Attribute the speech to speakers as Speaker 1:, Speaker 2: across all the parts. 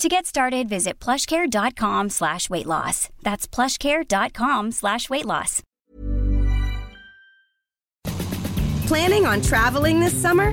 Speaker 1: To get started, visit plushcare.com slash weight loss. That's plushcare.com slash weight loss.
Speaker 2: Planning on traveling this summer?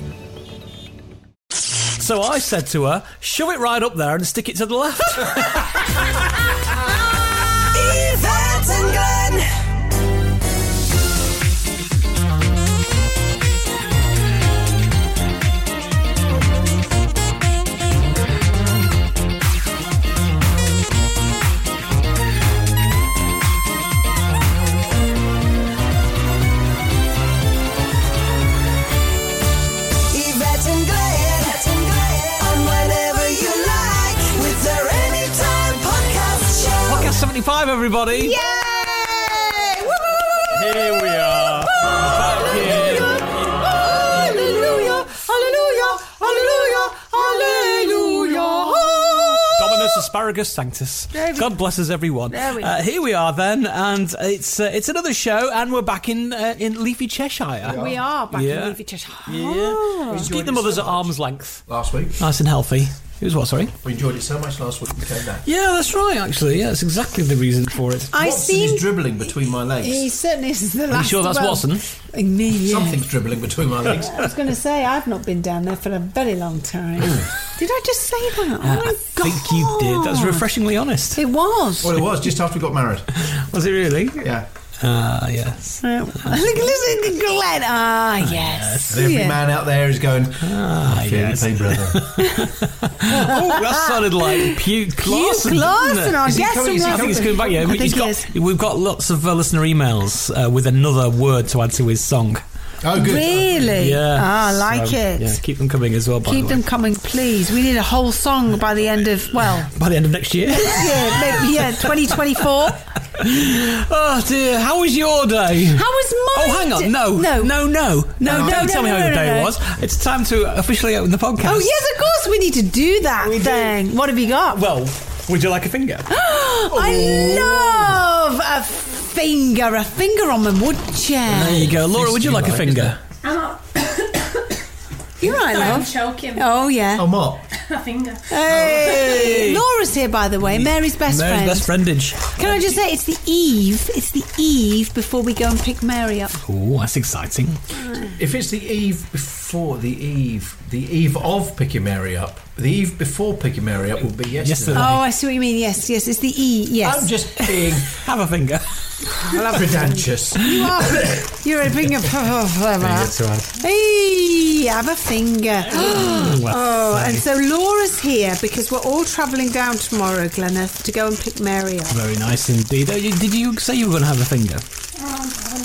Speaker 3: So I said to her, shove it right up there and stick it to the left.
Speaker 2: Yvette and Glenn. Yvette and Glenn. On whenever you like with their anytime podcast show.
Speaker 3: Podcast 75, everybody.
Speaker 2: Yay! Woo!
Speaker 3: Here we are.
Speaker 2: Hallelujah! Hallelujah! Hallelujah! Hallelujah!
Speaker 3: Dominus asparagus sanctus. God bless us, everyone. Uh, here we are then, and it's uh, it's another show, and we're back in uh, in leafy Cheshire.
Speaker 4: We are back
Speaker 3: Yeah.
Speaker 4: in Leafy Cheshire. Oh.
Speaker 3: Yeah. Just keep the mothers at arm's length,
Speaker 5: last week.
Speaker 3: nice and healthy. It was what? Sorry.
Speaker 5: We enjoyed it so much last week we came back.
Speaker 3: Yeah, that's right. Actually, yeah, that's exactly the reason for it.
Speaker 4: I
Speaker 5: Watson
Speaker 4: seem.
Speaker 5: is dribbling between my legs.
Speaker 4: He certainly is the last.
Speaker 3: sure that's
Speaker 4: well,
Speaker 3: Watson?
Speaker 4: Me, yeah.
Speaker 5: Something's dribbling between my legs.
Speaker 4: I was going to say I've not been down there for a very long time. did I just say that? oh my
Speaker 3: I think you did. That's
Speaker 4: God.
Speaker 3: refreshingly honest.
Speaker 4: It was.
Speaker 5: well, it was just after we got married.
Speaker 3: Was it really?
Speaker 5: Yeah.
Speaker 3: Ah, yes.
Speaker 4: Uh, look, listen, Glenn. Ah, yes.
Speaker 5: And every
Speaker 4: Yeah.
Speaker 5: man out there is going,
Speaker 3: Ah,
Speaker 5: Feel
Speaker 3: yes.
Speaker 5: the pain, brother.
Speaker 3: Oh, that sounded like Puke Larson. didn't it?
Speaker 4: Larson, I
Speaker 3: Is he
Speaker 4: guess
Speaker 3: coming-
Speaker 4: he
Speaker 3: is he
Speaker 4: was.
Speaker 3: coming- he's coming back. Yeah,
Speaker 4: I
Speaker 3: He's
Speaker 4: think he
Speaker 3: got-
Speaker 4: is.
Speaker 3: we've got lots of uh, listener emails uh, with another word to add to his song.
Speaker 5: Oh, good.
Speaker 4: Really?
Speaker 3: Yeah,
Speaker 4: Ah, I like
Speaker 3: so,
Speaker 4: it.
Speaker 3: Yeah, keep them coming as well. By
Speaker 4: Keep
Speaker 3: the
Speaker 4: them
Speaker 3: way.
Speaker 4: coming, please. We need a whole song by the end of well,
Speaker 3: by the end of next year.
Speaker 4: yeah, maybe, yeah, 2024.
Speaker 3: oh dear, how was your day?
Speaker 4: How was
Speaker 3: Oh,
Speaker 4: mine?
Speaker 3: hang on! No,
Speaker 4: no,
Speaker 3: no, no, no!
Speaker 4: no,
Speaker 3: don't
Speaker 4: no,
Speaker 3: tell me
Speaker 4: no,
Speaker 3: how
Speaker 4: no,
Speaker 3: your day
Speaker 4: no, no.
Speaker 3: was. It's time to officially open the podcast.
Speaker 4: Oh yes, of course we need to do that
Speaker 3: do.
Speaker 4: thing. What have you got?
Speaker 3: Well, would you like a finger?
Speaker 4: I love a finger, a finger on my wood
Speaker 3: There
Speaker 4: chair.
Speaker 3: you go, Laura. Would you like a
Speaker 5: Fisting,
Speaker 3: finger?
Speaker 4: You're right,
Speaker 6: I'm
Speaker 4: love.
Speaker 6: choking
Speaker 4: Oh yeah.
Speaker 5: Oh, Mark.
Speaker 6: my finger.
Speaker 4: Hey. Laura's here, by the way. Mary's best
Speaker 3: Mary's
Speaker 4: friend.
Speaker 3: best friendage.
Speaker 4: Can I just say it's the eve? It's the eve before we go and pick Mary up.
Speaker 3: Oh, that's exciting.
Speaker 5: If it's the eve before the eve, the eve of picking Mary up, the eve before picking Mary up will be yesterday.
Speaker 3: Yesterday.
Speaker 4: Oh, I see what you mean. Yes, yes. It's the e. Yes.
Speaker 5: I'm just being
Speaker 4: Oh.
Speaker 3: Have a finger.
Speaker 5: pretentious.
Speaker 4: You are. You're a finger. Hey, have a finger. oh, and so Laura's here because we're all travelling down tomorrow, Gleneth, to go and pick Mary up.
Speaker 3: Very nice indeed. Oh, you, did you say you were going to have a finger?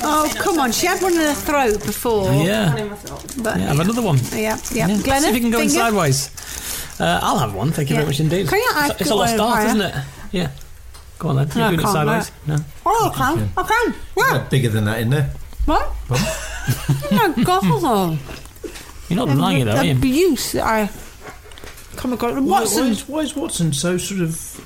Speaker 4: Oh, come on. She had one in her throat before.
Speaker 3: yeah.
Speaker 6: In my throat.
Speaker 4: But
Speaker 3: yeah. Have another one.
Speaker 4: yeah, yeah.
Speaker 3: Yeah,
Speaker 4: Gleneth,
Speaker 3: see if you can go in
Speaker 4: finger.
Speaker 3: sideways. Uh, I'll have one. Thank you
Speaker 4: Yeah.
Speaker 3: very much indeed.
Speaker 4: Can you
Speaker 3: It's-
Speaker 4: add
Speaker 3: it's a lost
Speaker 4: one
Speaker 3: art,
Speaker 4: higher?
Speaker 3: isn't it? Yeah. Go on then.
Speaker 4: No,
Speaker 3: You're doing it
Speaker 4: I can't,
Speaker 3: sideways. No.
Speaker 4: Oh, I can. I can. Yeah.
Speaker 5: Bigger than that in there.
Speaker 4: What? oh, my God.
Speaker 3: You're not denying it though, are you?
Speaker 4: abuse that I come across.
Speaker 5: Why, why,
Speaker 4: Watson,
Speaker 5: is, why is Watson so sort of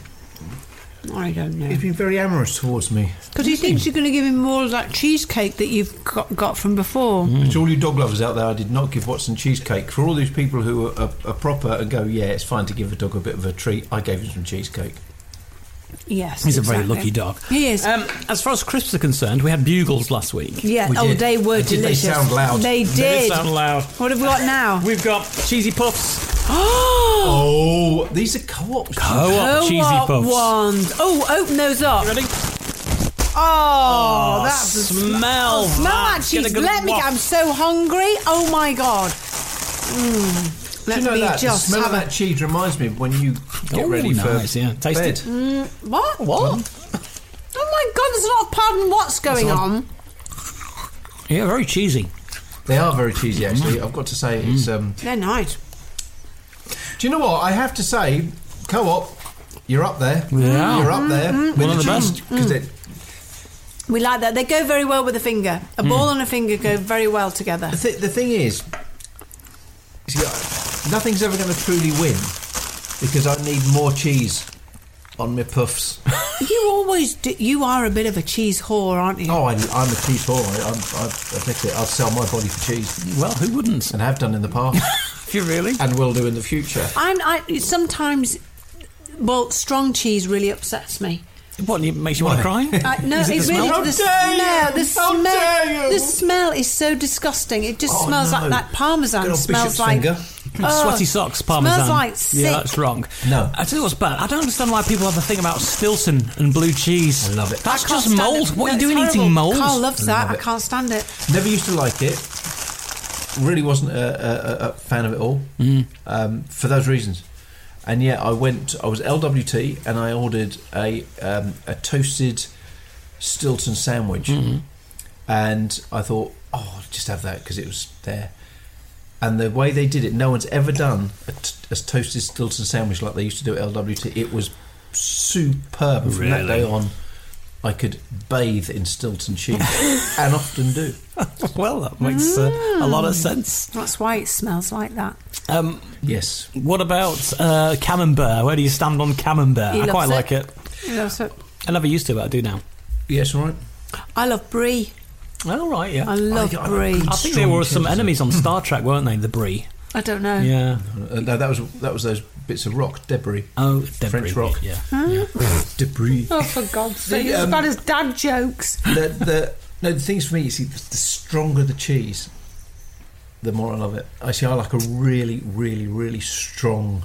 Speaker 4: I don't know.
Speaker 5: He's been very amorous towards me.
Speaker 4: Because he thinks you're going to give him more of that cheesecake that you've got, got from before.
Speaker 5: To all you dog lovers out there, I did not give Watson cheesecake. For all those people who are, are, are proper and go, yeah, it's fine to give a dog a bit of a treat, I gave him some cheesecake.
Speaker 4: Yes.
Speaker 3: He's a very
Speaker 4: exactly.
Speaker 3: lucky dog.
Speaker 4: He is.
Speaker 3: Um, as far as crisps are concerned, we had bugles last week.
Speaker 4: yeah.
Speaker 5: we
Speaker 4: oh,
Speaker 5: did.
Speaker 4: they were
Speaker 5: Did they
Speaker 4: delicious.
Speaker 5: sound loud?
Speaker 4: They
Speaker 5: They
Speaker 3: They
Speaker 4: did.
Speaker 3: sound loud.
Speaker 4: What have we got now?
Speaker 3: We've got cheesy puffs.
Speaker 4: oh,
Speaker 5: Oh, these are co-ops.
Speaker 3: Co-op cheesy puffs.
Speaker 4: ones. Oh, open those up.
Speaker 3: You ready?
Speaker 4: Oh,
Speaker 3: Oh,
Speaker 4: that's a sm-
Speaker 3: smell
Speaker 4: oh, smell
Speaker 3: that.
Speaker 4: that cheese.
Speaker 3: Get a good
Speaker 4: Let me.
Speaker 3: waft.
Speaker 4: I'm so hungry. Oh my god. Mm.
Speaker 5: Do
Speaker 4: Let
Speaker 5: you know
Speaker 4: me
Speaker 5: that?
Speaker 4: just
Speaker 5: the smell
Speaker 4: have
Speaker 5: of that cheese reminds me of when you get
Speaker 3: Oh,
Speaker 5: ready
Speaker 3: nice,
Speaker 5: for
Speaker 3: yeah. Taste
Speaker 5: bed.
Speaker 3: it.
Speaker 4: a hmm, what? Oh my god, there's a lot of pardon. What's going on?
Speaker 3: Yeah, very cheesy.
Speaker 5: They are very cheesy, actually. I've got to say, it's. Um,
Speaker 4: They're nice.
Speaker 5: do you know what? I have to say, co-op, you're up there.
Speaker 3: Yeah. Mm-hmm.
Speaker 5: You're up there. with
Speaker 3: One of the
Speaker 5: cheese,
Speaker 3: best. Mm.
Speaker 5: 'cause they-
Speaker 4: We like that. They go very well with a finger.
Speaker 3: Hmm.
Speaker 4: A ball and a finger go very well together.
Speaker 5: The, th- the thing is, you see, nothing's ever going to truly win because I need more cheese on my puffs.
Speaker 4: You always do. You are a bit of a cheese whore, aren't you?
Speaker 5: oh, I, I'm a cheese whore. I, I'm, I, I think that I'll sell my body for cheese
Speaker 3: Well, who wouldn't?
Speaker 5: and have done in the past
Speaker 3: If you really?
Speaker 5: and will do in the future.
Speaker 4: I'm. I sometimes. Well, strong cheese really upsets me.
Speaker 3: What you- makes you want to
Speaker 5: Why?
Speaker 3: cry?
Speaker 4: Uh, no,
Speaker 3: Is it
Speaker 4: it's
Speaker 3: the
Speaker 4: really
Speaker 3: smell?
Speaker 5: How
Speaker 4: the
Speaker 5: dare
Speaker 4: smell.
Speaker 5: you!
Speaker 4: The
Speaker 5: How dare
Speaker 4: smell.
Speaker 5: you!
Speaker 4: The smell is so disgusting. It just
Speaker 5: Oh,
Speaker 4: smells
Speaker 5: no.
Speaker 4: like that parmesan.
Speaker 5: Good old
Speaker 4: smells
Speaker 5: bishop's
Speaker 4: like
Speaker 5: finger.
Speaker 4: Oh,
Speaker 3: Sweaty socks, parmesan.
Speaker 4: Smells like sick.
Speaker 3: Yeah, that's wrong.
Speaker 5: No.
Speaker 3: I tell you what's bad. I don't understand why people have a thing about Stilton and blue cheese.
Speaker 5: I love it.
Speaker 3: That's
Speaker 4: I can't
Speaker 3: just
Speaker 4: stand
Speaker 3: mould. What
Speaker 4: it. No,
Speaker 3: are you
Speaker 4: it's
Speaker 3: doing eating
Speaker 4: horrible.
Speaker 3: mould?
Speaker 4: Carl loves that.
Speaker 5: Love
Speaker 4: I
Speaker 5: it.
Speaker 4: can't stand it.
Speaker 5: Never used to like it. Really wasn't a, a, a- a fan of it all um, for those reasons. And yeah, I went. I was LWT, and I ordered a um, a toasted Stilton sandwich. And I thought, oh, I'll just have that because it was there. And the way they did it, no one's ever done a, t- a toasted Stilton sandwich like they used to do at LWT. It was superb. And From that
Speaker 3: Really?
Speaker 5: day on, I could bathe in Stilton cheese, and often do.
Speaker 3: Well, that makes uh, a lot
Speaker 4: Mm.
Speaker 3: of sense.
Speaker 4: Hmm. That's why it smells like that.
Speaker 3: Um,
Speaker 5: Yes.
Speaker 3: what about uh, camembert? Where do you stand on camembert?
Speaker 4: He
Speaker 3: I
Speaker 4: loves
Speaker 3: quite
Speaker 4: it.
Speaker 3: like it.
Speaker 4: You know, so-
Speaker 3: I never used to, but I do now.
Speaker 5: Yes, all right.
Speaker 4: I love brie.
Speaker 3: Oh, right, yeah.
Speaker 4: I love Mm.
Speaker 5: I- I-
Speaker 4: brie.
Speaker 3: I think they were some enemies on Star Trek, weren't they? The Brie.
Speaker 4: I don't know.
Speaker 3: Yeah.
Speaker 5: Uh, no, that was that was those bits of rock debris.
Speaker 3: Oh, debris.
Speaker 5: French rock.
Speaker 3: Yeah.
Speaker 5: debris.
Speaker 4: Oh, for God's sake!
Speaker 5: The,
Speaker 4: He's
Speaker 5: um,
Speaker 4: got his dad jokes.
Speaker 5: the, the no, the things for me, you see, the, the stronger the cheese, the more I love it. I see, I like a really, really, really strong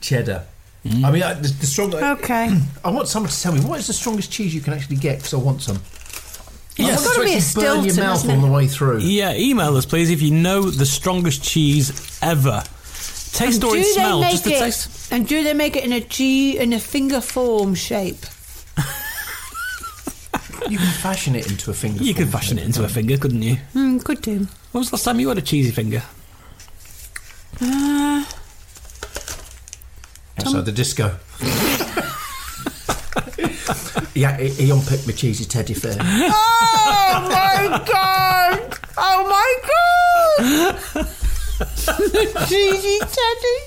Speaker 5: cheddar.
Speaker 3: Mm.
Speaker 5: I mean, I, the, the stronger.
Speaker 4: Okay.
Speaker 5: I want someone to tell me what is the strongest cheese you can actually get because I want some. I
Speaker 4: Yes.
Speaker 5: want
Speaker 4: It's gotta
Speaker 5: to
Speaker 4: be
Speaker 5: actually burn
Speaker 4: a
Speaker 5: your
Speaker 4: Stilton,
Speaker 5: mouth
Speaker 4: isn't
Speaker 5: on
Speaker 4: it?
Speaker 5: the way through.
Speaker 3: Yeah, email us, please, if you know the strongest cheese ever. Taste or in smell, just the
Speaker 4: it?
Speaker 3: taste.
Speaker 4: And do they make it in a G in a finger form shape?
Speaker 5: You can fashion it into a finger.
Speaker 3: You could
Speaker 5: form.
Speaker 3: fashion it into a finger, couldn't you?
Speaker 4: Hmm, could do.
Speaker 3: When was the last time you had a cheesy finger?
Speaker 4: Uh,
Speaker 5: outside the disco. yeah, he, he unpicked my cheesy teddy fair.
Speaker 4: oh my god! Oh my god! Gigi Teddy.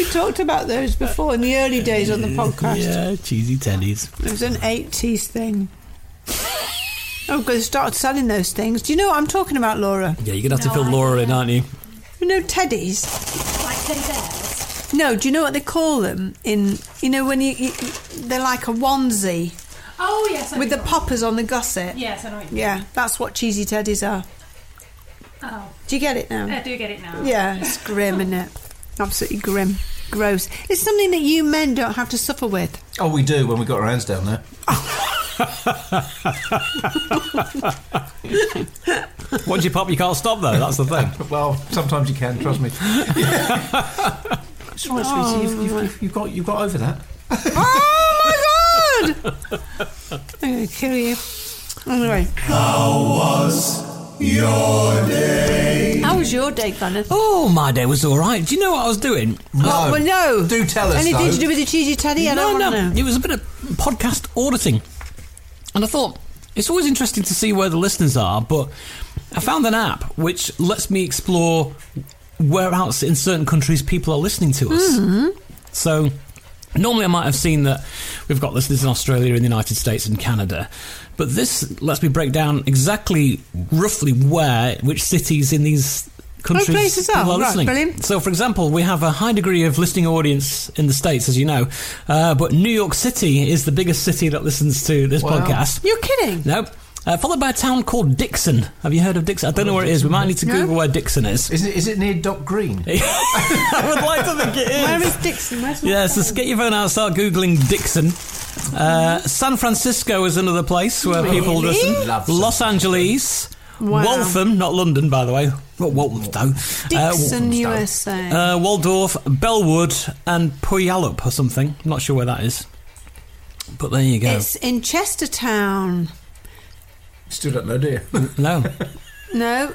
Speaker 4: we talked about those before in the early days on the podcast.
Speaker 3: Yeah, cheesy teddies.
Speaker 4: It was an 80s thing. Oh, God, they started selling those things. Do you know what I'm talking about, Laura?
Speaker 3: Yeah, you're going to have to fill Laura in, aren't you?
Speaker 4: You know teddies?
Speaker 6: Like teddy bears.
Speaker 4: No, do you know what they call them? In You know, when you, you they're like a onesie
Speaker 6: Oh yes, I
Speaker 4: with
Speaker 6: know
Speaker 4: the
Speaker 6: what-
Speaker 4: poppers on the gusset.
Speaker 6: Yes, I know. what you-
Speaker 4: Yeah, that's what cheesy teddies are.
Speaker 6: Oh,
Speaker 4: Do you get it now?
Speaker 6: I do get it now.
Speaker 4: Yeah, it's grim, isn't it? Absolutely grim. Gross. It's something that you men don't have to suffer with.
Speaker 5: Oh, we do when we got our hands down there.
Speaker 3: Once you pop, you can't stop, though. That's the thing.
Speaker 5: Well, sometimes you can. Trust me. It's all right, sweetie, you've,
Speaker 3: Oh,
Speaker 5: you've- you've- you've got you've got over that.
Speaker 4: oh my god! I'm gonna kill you. Anyway. How was your day? How was your day, Gleneth?
Speaker 3: Oh, my day was all right. Do you know what I was doing?
Speaker 4: Oh, well, no.
Speaker 5: Do tell us.
Speaker 4: Anything
Speaker 5: though.
Speaker 4: to do with the cheesy teddy? I don't
Speaker 3: no,
Speaker 4: want to
Speaker 3: no.
Speaker 4: know.
Speaker 3: It was a bit of podcast auditing. And I thought, it's always interesting to see where the listeners are, but I found an app which
Speaker 4: Hmm.
Speaker 3: lets me explore where else in certain countries people are listening to us. So normally I might have seen that we've got listeners in Australia, in the United States, and Canada. But this lets me break down exactly, roughly where, which cities in these countries
Speaker 4: places are.
Speaker 3: people
Speaker 4: Right,
Speaker 3: listening.
Speaker 4: brilliant.
Speaker 3: So, for example, we have a high degree of listening audience in the States, as you know. Uh, but New York City is the biggest city that listens to this
Speaker 5: Wow.
Speaker 3: podcast.
Speaker 4: You're kidding.
Speaker 3: No. Uh, followed by a town called Dixon. Have you heard of Dixon? I don't know where it is. We might need to Google where Dixon is.
Speaker 5: Oh, Is it, is it near Doc Green?
Speaker 3: I would like to think it is.
Speaker 4: Where is Dixon? Where's my
Speaker 3: Yes, let's get your phone out and start Googling Dixon. Uh, San Francisco is another place where people
Speaker 4: Really?
Speaker 3: listen.
Speaker 5: Love San
Speaker 3: Los Angeles.
Speaker 4: Wow.
Speaker 3: Waltham, not London, by the way. Well, Waltham, though. Uh,
Speaker 4: Dixon, USA.
Speaker 3: uh, Waldorf, Bellwood, and Puyallup or something. I'm not sure where that is. But there you go.
Speaker 4: it's in Chestertown.
Speaker 5: Still don't know, do you?
Speaker 3: no.
Speaker 4: No.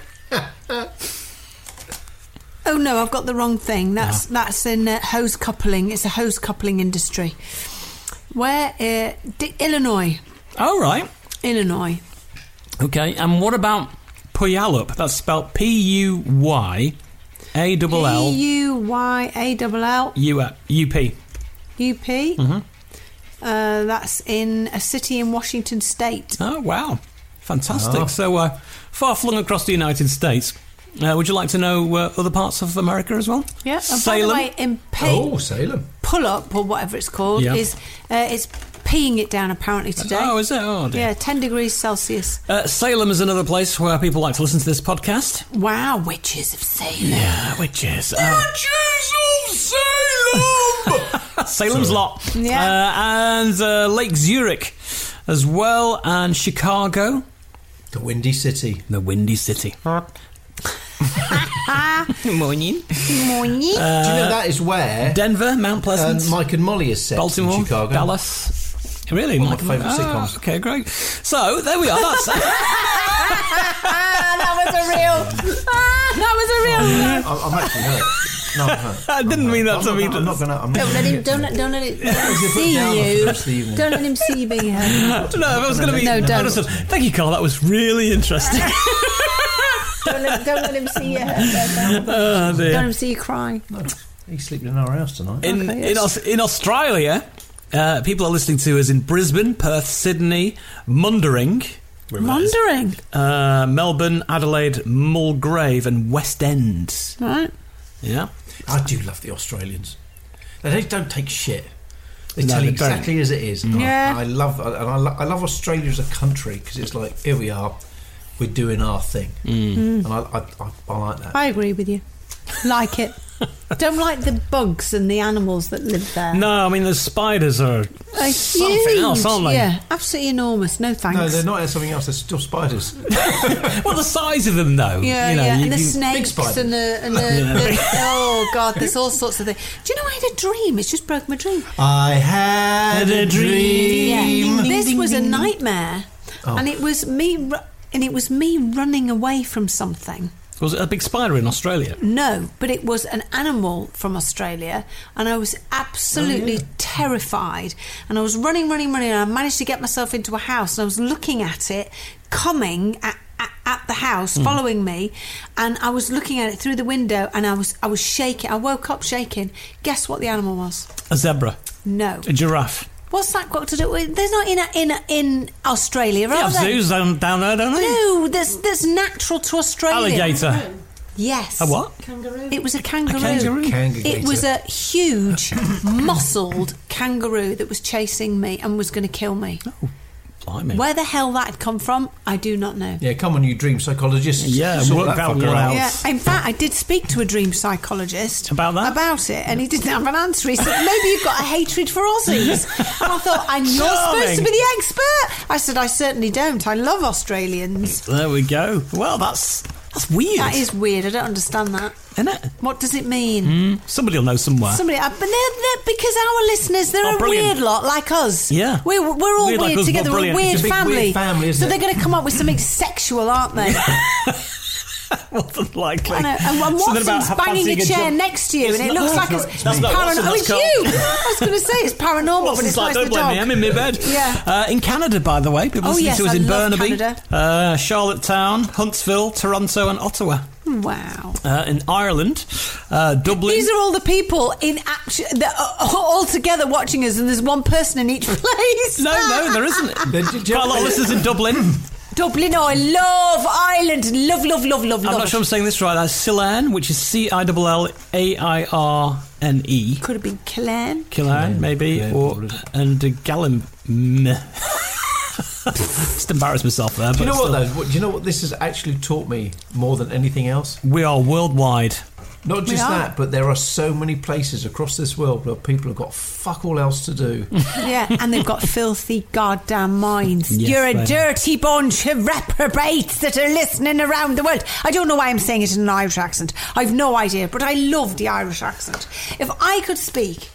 Speaker 4: oh no, I've got the wrong thing.
Speaker 3: Ah.
Speaker 4: That's that's in uh, hose coupling. It's a hose coupling industry. Where uh, D- Illinois,
Speaker 3: All right.
Speaker 4: Illinois.
Speaker 3: Okay, and what about Puyallup? That's spelled P U Y A double
Speaker 4: P
Speaker 3: L
Speaker 4: U Y A double L
Speaker 3: U U P. Mm-hmm.
Speaker 4: U P.
Speaker 3: Mm.
Speaker 4: Uh, that's in a city in Washington State.
Speaker 3: Oh, wow. Fantastic. So, uh, far flung across the United States. Uh, would you like to know uh, other parts of America as well?
Speaker 4: Yeah, and
Speaker 3: Salem.
Speaker 4: by the way, in pay-
Speaker 5: oh, Salem.
Speaker 4: pull up or whatever it's called
Speaker 3: Yeah.
Speaker 4: is uh, it's peeing it down apparently today.
Speaker 3: Oh, is it? Oh, dear.
Speaker 4: yeah, ten degrees Celsius.
Speaker 3: Uh, Salem is another place where people like to listen to this podcast.
Speaker 4: Wow, witches of Salem.
Speaker 3: Yeah, which is. Uh, Salem's Lot.
Speaker 4: Yeah.
Speaker 3: Uh, and uh, Lake Zurich as well, and Chicago.
Speaker 5: The Windy City.
Speaker 3: The Windy City. Morning.
Speaker 5: Uh, do you know that is where
Speaker 3: Denver, Mount
Speaker 5: um,
Speaker 3: Pleasant,
Speaker 5: Mike and Molly is set
Speaker 3: Baltimore,
Speaker 5: in Chicago?
Speaker 3: Dallas. Really,
Speaker 5: One of my
Speaker 3: Mike-
Speaker 5: favourite
Speaker 3: Ah,
Speaker 5: sitcoms.
Speaker 3: Okay, great. So there we are. That's
Speaker 4: that was a real. Ah, that was a real.
Speaker 5: I, I'm actually hurt. No, I'm hurt.
Speaker 3: I didn't mean that
Speaker 5: I'm
Speaker 3: to
Speaker 5: not,
Speaker 3: mean.
Speaker 5: I'm not going to. I'm not
Speaker 4: Don't
Speaker 5: gonna
Speaker 4: let him.
Speaker 5: get-
Speaker 4: Don't let. Don't let it.
Speaker 5: Put down for the
Speaker 4: see
Speaker 5: rest of the
Speaker 4: you.
Speaker 5: evening.
Speaker 4: Don't let him see you being hurt.
Speaker 3: No, if I was going to be.
Speaker 4: No, don't.
Speaker 3: Listen, Thank you, Carl. That was really interesting.
Speaker 4: Don't let, don't let him see you hurt. Don't
Speaker 3: Oh, dear.
Speaker 4: let him see you cry.
Speaker 5: He's sleeping in our house tonight.
Speaker 3: in
Speaker 4: Okay,
Speaker 3: in,
Speaker 4: yes.
Speaker 3: Aus- in Australia, uh, people are listening to us in Brisbane, Perth, Sydney, Mundering,
Speaker 4: Wandering.
Speaker 3: uh, Melbourne, Adelaide, Mulgrave, and West End.
Speaker 4: Right.
Speaker 3: Yeah.
Speaker 5: I do love the Australians. They don't, don't take shit. They
Speaker 3: No,
Speaker 5: tell
Speaker 3: they
Speaker 5: you exactly as it is. And I-
Speaker 4: Yeah.
Speaker 5: I love and I, lo- I love Australia as a country because it's like here we are, we're doing our thing,
Speaker 3: Mm.
Speaker 5: and I, I, I, I like that.
Speaker 4: I agree with you. Like it. Don't like the bugs and the animals that live there.
Speaker 3: No, I mean the spiders are
Speaker 4: They're
Speaker 3: something
Speaker 4: huge.
Speaker 3: else, aren't they?
Speaker 4: Yeah, absolutely enormous. No thanks.
Speaker 5: No, they're not they're something else. They're still spiders.
Speaker 3: Well, the size of them, though.
Speaker 4: Yeah,
Speaker 3: you know,
Speaker 4: yeah,
Speaker 3: you-
Speaker 4: and the
Speaker 3: you-
Speaker 4: snakes
Speaker 5: spiders.
Speaker 4: and the, and the, the oh god, there's all sorts of things. Do you know I had a dream? It's just broke my dream.
Speaker 5: I had a dream.
Speaker 4: this was a nightmare,
Speaker 5: Oh.
Speaker 4: and it was me, ru- and it was me running away from something.
Speaker 3: Was it a big spider in Australia?
Speaker 4: No, but it was an animal from Australia, and I was absolutely
Speaker 3: Oh,
Speaker 4: terrified. And I was running, running, running, and I managed to get myself into a house, and I was looking at it coming at, at, at the
Speaker 3: Hmm.
Speaker 4: house, following me, and I was looking at it through the window, and I was I was shaking. I woke up shaking. Guess what the animal was?
Speaker 3: A zebra,
Speaker 4: No.
Speaker 3: a giraffe.
Speaker 4: What's that got to do with? They're not in a, in a, in Australia,
Speaker 3: They
Speaker 4: are
Speaker 3: have
Speaker 4: they?
Speaker 3: zoos down, down there, don't they?
Speaker 4: No, that's that's natural to Australia.
Speaker 3: Alligator.
Speaker 4: Yes.
Speaker 3: A what?
Speaker 6: Kangaroo.
Speaker 4: It was a kangaroo.
Speaker 3: kangaroo?
Speaker 5: Kangaroo.
Speaker 4: It was a huge, muscled kangaroo that was chasing me and was going to kill me.
Speaker 3: Oh, Blimey.
Speaker 4: Where the hell that had come from, I do not know.
Speaker 5: Yeah, come on, you dream psychologist.
Speaker 3: Yeah,
Speaker 5: Sort
Speaker 3: work
Speaker 5: that
Speaker 3: that
Speaker 5: fucker
Speaker 3: one out.
Speaker 4: Yeah, in fact, I did speak to a dream psychologist
Speaker 3: About that?
Speaker 4: about it, and he didn't have an answer. He said, "Maybe you've got a hatred for Aussies." and I thought, "And you're supposed to be the expert." I said, "I certainly don't. I love Australians.
Speaker 3: There we go. Well, that's that's weird,
Speaker 4: That is weird. I don't understand that.
Speaker 3: isn't it? Hmm.
Speaker 4: What does it mean?"
Speaker 3: Somebody will know somewhere.
Speaker 4: Somebody, uh, but they're, they're because our listeners, they're
Speaker 3: Oh,
Speaker 4: a
Speaker 3: brilliant.
Speaker 4: weird lot like us.
Speaker 3: Yeah.
Speaker 4: we're, we're all
Speaker 3: Weird like
Speaker 4: weird,
Speaker 3: us, but
Speaker 4: together. We're a
Speaker 3: brilliant.
Speaker 4: weird
Speaker 5: It's a big
Speaker 4: family.
Speaker 5: weird family, isn't
Speaker 4: so
Speaker 5: it?
Speaker 4: they're going to come up with something sexual, aren't they?
Speaker 3: More than likely.
Speaker 4: I know. And, and
Speaker 3: Something about
Speaker 4: Watson's
Speaker 3: ha-
Speaker 4: banging a
Speaker 3: fancying
Speaker 4: chair
Speaker 3: job.
Speaker 4: next to you,
Speaker 3: It's
Speaker 4: and it
Speaker 3: not-
Speaker 4: looks
Speaker 3: that's
Speaker 4: like
Speaker 3: not-
Speaker 4: it's
Speaker 3: that's not Watson,
Speaker 4: paranormal. Oh,
Speaker 3: that's
Speaker 4: it's
Speaker 3: Carl.
Speaker 4: you! I was going to say it's paranormal, but
Speaker 3: Watson's
Speaker 4: it's
Speaker 3: like,
Speaker 4: not.
Speaker 3: don't
Speaker 4: It's the
Speaker 3: blame
Speaker 4: dog.
Speaker 3: me, I'm in my bed.
Speaker 4: Yeah.
Speaker 3: Uh, in Canada, by the way, people
Speaker 4: Oh,
Speaker 3: listening
Speaker 4: yes,
Speaker 3: to us
Speaker 4: I
Speaker 3: in
Speaker 4: love
Speaker 3: Burnaby,
Speaker 4: Canada.
Speaker 3: Uh, Charlottetown, Huntsville, Toronto, and Ottawa.
Speaker 4: Wow.
Speaker 3: Uh, in Ireland, uh, Dublin.
Speaker 4: These are all the people in action that are all together watching us, and there's one person in each place.
Speaker 3: no, no, there isn't.
Speaker 5: Then
Speaker 3: Quite a
Speaker 5: did you-
Speaker 3: lot of listeners in Dublin.
Speaker 4: Dublin, oh, I love Ireland. Love, love, love, love,
Speaker 3: I'm
Speaker 4: love.
Speaker 3: not sure I'm saying this right. That's Cillan, which is C I L L A I R N E.
Speaker 4: Could have been Killeen.
Speaker 3: Killarn, maybe,
Speaker 5: yeah,
Speaker 3: or
Speaker 5: probably.
Speaker 3: and uh, Gallim. meh. Just embarrassed myself there.
Speaker 5: Do you
Speaker 3: but
Speaker 5: know what
Speaker 3: still.
Speaker 5: though? What- Do you know what this has actually taught me more than anything else?
Speaker 3: We are worldwide.
Speaker 5: Not just
Speaker 4: are.
Speaker 5: that, but there are so many places across this world where people have got fuck all else to do.
Speaker 4: Yeah, and they've got filthy goddamn minds.
Speaker 3: Yes,
Speaker 4: You're
Speaker 3: they
Speaker 4: a
Speaker 3: have.
Speaker 4: dirty bunch of reprobates that are listening around the world. I don't know why I'm saying it in an Irish accent. I've no idea, but I love the Irish accent. If I could speak,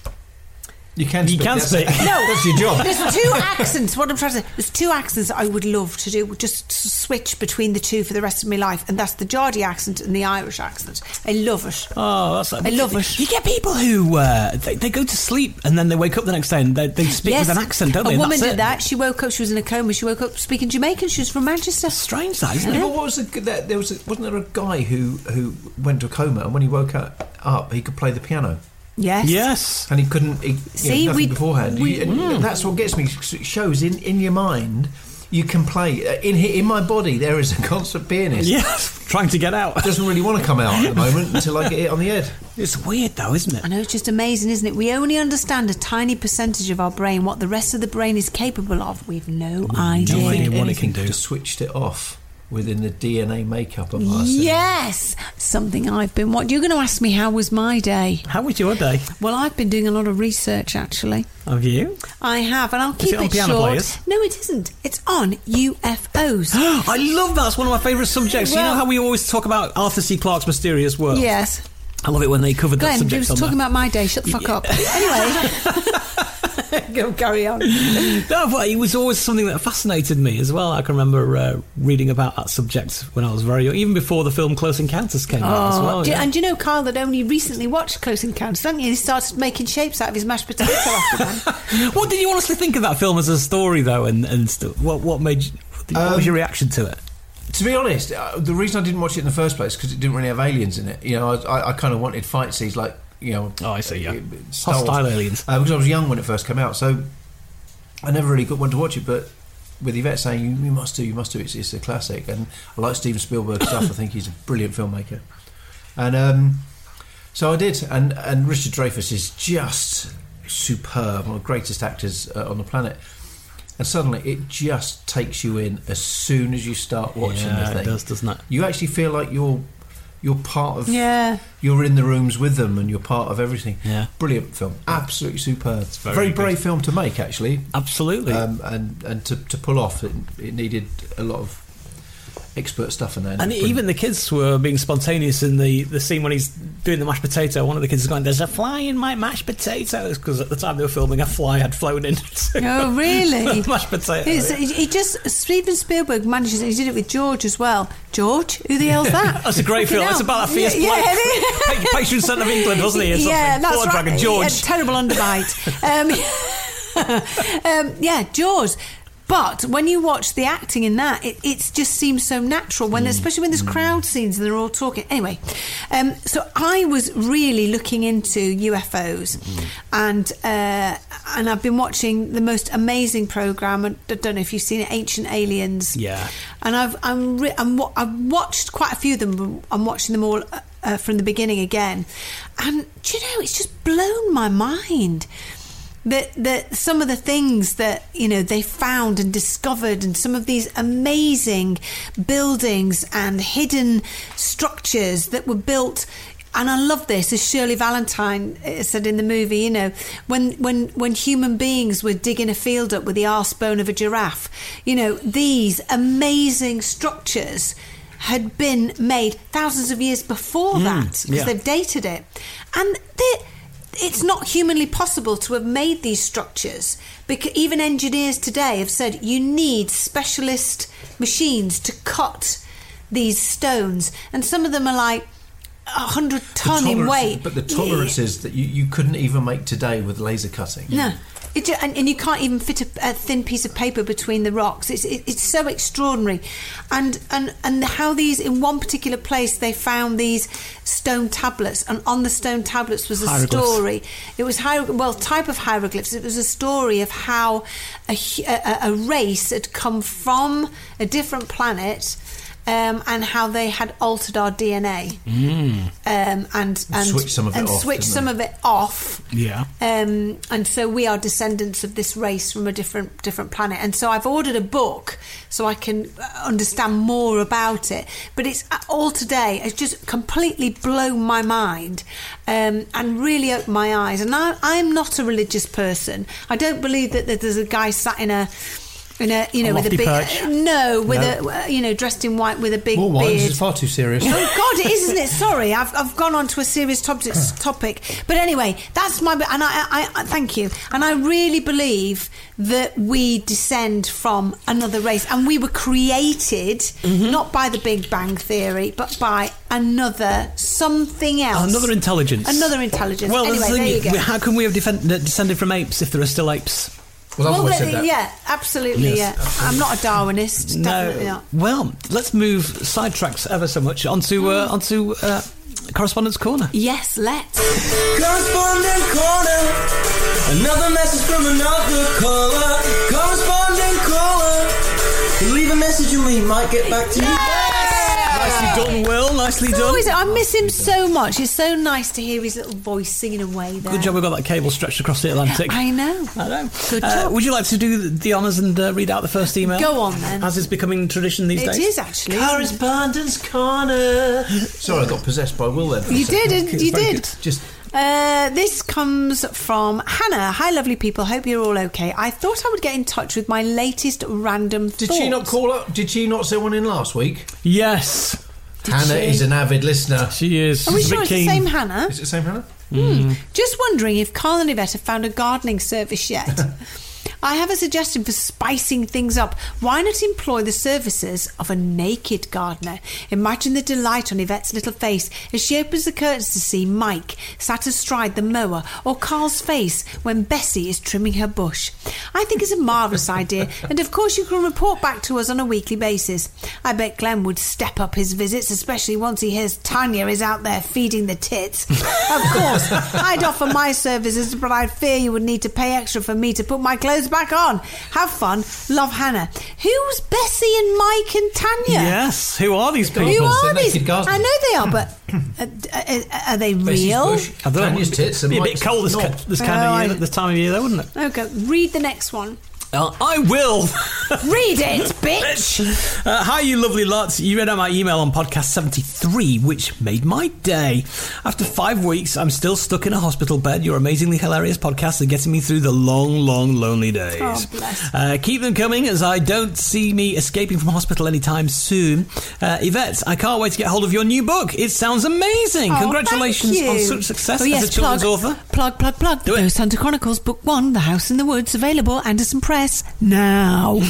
Speaker 5: You can
Speaker 3: You
Speaker 5: speak.
Speaker 3: can
Speaker 5: that's,
Speaker 3: speak.
Speaker 4: No.
Speaker 5: that's your job.
Speaker 4: there's two accents. What I'm trying to say, there's two accents I would love to do. Just s- switch between the two for the rest of my life, and that's the Geordie accent and the Irish accent. I love it.
Speaker 3: Oh, that's. I
Speaker 4: love it.
Speaker 3: You get people who uh, they, they go to sleep and then they wake up the next day and they, they speak with an accent, don't
Speaker 4: a
Speaker 3: they? And
Speaker 4: woman
Speaker 3: that's
Speaker 4: did
Speaker 3: it.
Speaker 4: that. She woke up. She was in a coma. She woke up speaking Jamaican. She was from Manchester.
Speaker 3: Strange, that isn't
Speaker 5: Yeah,
Speaker 3: it?
Speaker 5: but what was the, that, there was a, wasn't there a guy who, who went to a coma and when he woke up, up he could play the piano
Speaker 4: Yes.
Speaker 3: Yes.
Speaker 5: and he couldn't he, you know,
Speaker 4: See,
Speaker 5: nothing
Speaker 4: we-
Speaker 5: beforehand. You-
Speaker 4: we- Mm.
Speaker 5: and That's what gets me. s- It shows in, in your mind you can play Uh, in he- in my body. There is a concert pianist.
Speaker 3: Yes. Trying to get out.
Speaker 5: Doesn't really want to come out at the moment until I get hit on the head.
Speaker 3: It's weird though, isn't it?
Speaker 4: I know it's just amazing, isn't it? We only understand a tiny percentage of our brain. What the rest of the brain is capable of, we've no
Speaker 3: idea.
Speaker 4: idea.
Speaker 3: Yeah, what it
Speaker 5: Anything
Speaker 3: can do.
Speaker 5: Just switched it off within the DNA makeup of us.
Speaker 4: Yes, something I've been. What you're going to ask me? How was my day?
Speaker 3: How was your day?
Speaker 4: Well, I've been doing a lot of research actually.
Speaker 3: Have you?
Speaker 4: I have, and I'll keep
Speaker 3: it on piano
Speaker 4: short.
Speaker 3: players?
Speaker 4: No, it isn't. It's on UFOs.
Speaker 3: I love that. It's one of my favourite subjects. you
Speaker 4: Well-
Speaker 3: know how we always talk about Arthur C. Clarke's mysterious world.
Speaker 4: yes,
Speaker 3: I love it when they covered that
Speaker 4: Glenn, you
Speaker 3: subject
Speaker 4: was
Speaker 3: on
Speaker 4: talking
Speaker 3: there.
Speaker 4: about my day. Shut the fuck up. Anyway, go carry on.
Speaker 3: No, but it was always something that fascinated me as well. I can remember uh, reading about that subject when I was very young, even before the film Close Encounters came out as well.
Speaker 4: Oh, Do-
Speaker 3: yeah.
Speaker 4: And do you know, Carl, that only recently watched Close Encounters, haven't you? He started making shapes out of his mashed potato after that.
Speaker 3: what did you honestly think of that film as a story, though? And, and st- what what made you, what, did-
Speaker 5: Um,
Speaker 3: what was your reaction to it?
Speaker 5: To be honest, uh, the reason I didn't watch it in the first place because it didn't really have aliens in it. You know, I, I, I kind of wanted fight scenes like you know.
Speaker 3: Oh, I see, yeah.
Speaker 5: uh, Star Wars.
Speaker 3: Hostile aliens.
Speaker 5: Uh, because I was young when it first came out, so I never really got one to watch it. But with Yvette saying you, you must do, you must do, it's, it's a classic, and I like Steven Spielberg stuff. I think he's a brilliant filmmaker, and um, so I did. And and Richard Dreyfuss is just superb, one of the greatest actors uh, on the planet. And suddenly, it just takes you in as soon as you start watching
Speaker 3: yeah,
Speaker 5: the
Speaker 3: it
Speaker 5: thing.
Speaker 3: does, doesn't it?
Speaker 5: You actually feel like you're you're part of
Speaker 4: Yeah.
Speaker 5: you're in the rooms with them and you're part of everything.
Speaker 3: Yeah.
Speaker 5: Brilliant film. Absolutely superb.
Speaker 3: very
Speaker 5: very
Speaker 3: good.
Speaker 5: brave film to make actually.
Speaker 3: Absolutely.
Speaker 5: Um, and and to, to pull off it, it needed a lot of expert stuff in there.
Speaker 3: And
Speaker 5: Brilliant.
Speaker 3: even the kids were being spontaneous in the, the scene when he's doing the mashed potato. One of the kids is going, "There's a fly in my mashed potatoes," because at the time they were filming, a fly had flown in.
Speaker 4: Oh, really?
Speaker 3: mashed potato.
Speaker 4: He's-
Speaker 3: Oh, yeah.
Speaker 4: he, he just Steven Spielberg manages it. He did it with George as well. George, who the hell's that?
Speaker 3: That's a great
Speaker 4: Fucking
Speaker 3: film. That's
Speaker 4: hell.
Speaker 3: about that fierce
Speaker 4: yeah,
Speaker 3: bloke.
Speaker 4: yeah, it is.
Speaker 3: Pa- patron saint of England, wasn't he? Or
Speaker 4: Yeah,
Speaker 3: something.
Speaker 4: that's
Speaker 3: Blood
Speaker 4: right.
Speaker 3: Dragon George.
Speaker 4: Yeah, terrible underbite. um, um, yeah, Jaws. But when you watch the acting in that, it, it just seems so natural.
Speaker 3: Mm.
Speaker 4: When especially when there's crowd scenes and they're all talking. Anyway, um, so I was really looking into UFOs,
Speaker 3: Mm.
Speaker 4: and uh, and I've been watching the most amazing program. I don't know if you've seen it, Ancient Aliens.
Speaker 3: Yeah.
Speaker 4: And I've I'm re- I'm wa- I've watched quite a few of them. but I'm watching them all uh, uh, from the beginning again, and do you know it's just blown my mind that that some of the things that you know they found and discovered, and some of these amazing buildings and hidden structures that were built. And I love this, as Shirley Valentine uh, said in the movie. You know, when when when human beings were digging a field up with the arse bone of a giraffe, you know, these amazing structures had been made thousands of years before that because
Speaker 3: yeah.
Speaker 4: they've dated it, and they it's not humanly possible to have made these structures because even engineers today have said you need specialist machines to cut these stones and some of them are like hundred
Speaker 5: The
Speaker 4: ton in
Speaker 5: tolerance-
Speaker 4: weight.
Speaker 5: But the tolerances that you, you couldn't even make today with laser cutting.
Speaker 4: No. It ju- and, and you can't even fit a, a thin piece of paper between the rocks. It's it, it's so extraordinary, and and and how these in one particular place they found these stone tablets, and on the stone tablets was a
Speaker 3: Hieroglyphs.
Speaker 4: story. It was hier- well type of hieroglyphs. It was a story of how a hu- a, a race had come from a different planet. Um, and how they had altered our DNA, um, and and
Speaker 5: switched some of it
Speaker 4: and
Speaker 5: off,
Speaker 4: switched
Speaker 5: didn't
Speaker 4: some
Speaker 5: they?
Speaker 4: of it off,
Speaker 3: Yeah.
Speaker 4: um, and so we are descendants of this race from a different different planet. And so I've ordered a book so I can uh, understand more about it. But it's uh, all today has just completely blown my mind um, and really opened my eyes. And I, I'm not a religious person. I don't believe that, that there's a guy sat in a in a you know with a
Speaker 7: lofty
Speaker 4: big
Speaker 7: perch.
Speaker 4: no with
Speaker 5: No.
Speaker 4: a uh, you know dressed in white with a big
Speaker 5: More wine. This
Speaker 4: beard.
Speaker 5: is far too serious.
Speaker 4: Oh God, it is, isn't it? Sorry, I've, I've gone on to a serious topic. topic. But anyway, that's my bit. And I, I, I thank you. And I really believe that we descend from another race, and we were created
Speaker 3: Mm-hmm.
Speaker 4: not by the Big Bang theory, but by another something else,
Speaker 3: Another intelligence.
Speaker 4: another intelligence.
Speaker 3: Well,
Speaker 4: anyway,
Speaker 3: that's the
Speaker 4: there
Speaker 3: thing,
Speaker 4: you go.
Speaker 3: how can we have defend, uh, descended from apes if there are still apes?
Speaker 5: Well, I've
Speaker 4: Well,
Speaker 5: always
Speaker 4: there-
Speaker 5: said that.
Speaker 4: yeah, absolutely.
Speaker 3: Yes,
Speaker 4: yeah, I'm not a Darwinist. Definitely not.
Speaker 3: Well, let's move sidetracks ever so much onto uh, onto uh, correspondence corner.
Speaker 4: Mm. Yes, let's.
Speaker 8: Correspondent corner. Another message from another caller. Correspondent caller. Leave a message and we might get back to you.
Speaker 3: Nicely done, Will. Nicely
Speaker 4: It's
Speaker 3: done.
Speaker 4: always- I miss him so much. It's so nice to hear his little voice singing away there.
Speaker 3: Good job. We've got that cable stretched across the Atlantic.
Speaker 4: I know.
Speaker 3: I know.
Speaker 4: Good
Speaker 3: Uh,
Speaker 4: job.
Speaker 3: would you like to do the, the honours and uh, read out the first email?
Speaker 4: Go on, then.
Speaker 3: As is becoming tradition these
Speaker 4: It
Speaker 3: days.
Speaker 4: is actually.
Speaker 5: Correspondence corner. Sorry, I got possessed by Will then. for a
Speaker 4: You
Speaker 5: second.
Speaker 4: did, didn't- you
Speaker 5: Very
Speaker 4: did.
Speaker 5: good. Just
Speaker 4: Uh, this comes from Hannah. Hi, lovely people. Hope you're all okay. I thought I would get in touch with my latest random
Speaker 5: did
Speaker 4: thought.
Speaker 5: she not call up? Did she not send one in last week?
Speaker 3: Yes,
Speaker 5: Hannah is an avid listener.
Speaker 3: she is.
Speaker 4: Are we
Speaker 3: She's a
Speaker 4: sure
Speaker 3: bit
Speaker 4: it's the
Speaker 3: keen. Mm.
Speaker 4: same Hannah?
Speaker 5: Is it the same Hannah?
Speaker 4: Just wondering if Carl and Yvette have found a gardening service yet. I have a suggestion for spicing things up. Why not employ the services of a naked gardener? Imagine the delight on Yvette's little face as she opens the curtains to see Mike sat astride the mower, or Carl's face when Bessie is trimming her bush. I think it's a marvellous idea, and of course, you can report back to us on a weekly basis. I bet Glenn would step up his visits, especially once he hears Tanya is out there feeding the tits. of course, I'd offer my services, but I fear you would need to pay extra for me to put my clothes back on. Have fun. Love Hannah. Who's Bessie and Mike and Tanya?
Speaker 3: Yes. Who are these people?
Speaker 4: Who
Speaker 5: They're
Speaker 4: are
Speaker 5: naked
Speaker 4: these?
Speaker 5: gardeners.
Speaker 4: I know they are, but uh, uh, are they
Speaker 5: Bessie's
Speaker 4: real?
Speaker 5: bush,
Speaker 3: I don't know.
Speaker 5: Tanya's tits. And
Speaker 3: Be a bit
Speaker 5: Mike's
Speaker 3: cold this,
Speaker 5: knob.
Speaker 3: ki- this kind
Speaker 4: Oh,
Speaker 3: of year,
Speaker 4: I-
Speaker 3: this time of year, though, wouldn't it?
Speaker 4: Okay, read the next one.
Speaker 3: Uh, I will.
Speaker 4: Read it, bitch.
Speaker 3: bitch. Uh, hi, you lovely lots. You read out my email on podcast 73, which made my day. After five weeks, I'm still stuck in a hospital bed. Your amazingly hilarious podcasts are getting me through the long, long, lonely days.
Speaker 4: Oh, bless.
Speaker 3: Uh, keep them coming, as I don't see me escaping from hospital anytime soon. Uh, Yvette, I can't wait to get hold of your new book. It sounds amazing.
Speaker 4: Oh,
Speaker 3: Congratulations
Speaker 4: thank you.
Speaker 3: on such success
Speaker 4: Oh, yes,
Speaker 3: as a children's
Speaker 4: plug,
Speaker 3: author.
Speaker 4: Plug, plug, plug.
Speaker 3: Do it.
Speaker 4: Ghost Hunter Chronicles, Book One, The House in the Woods, available Anderson Press now.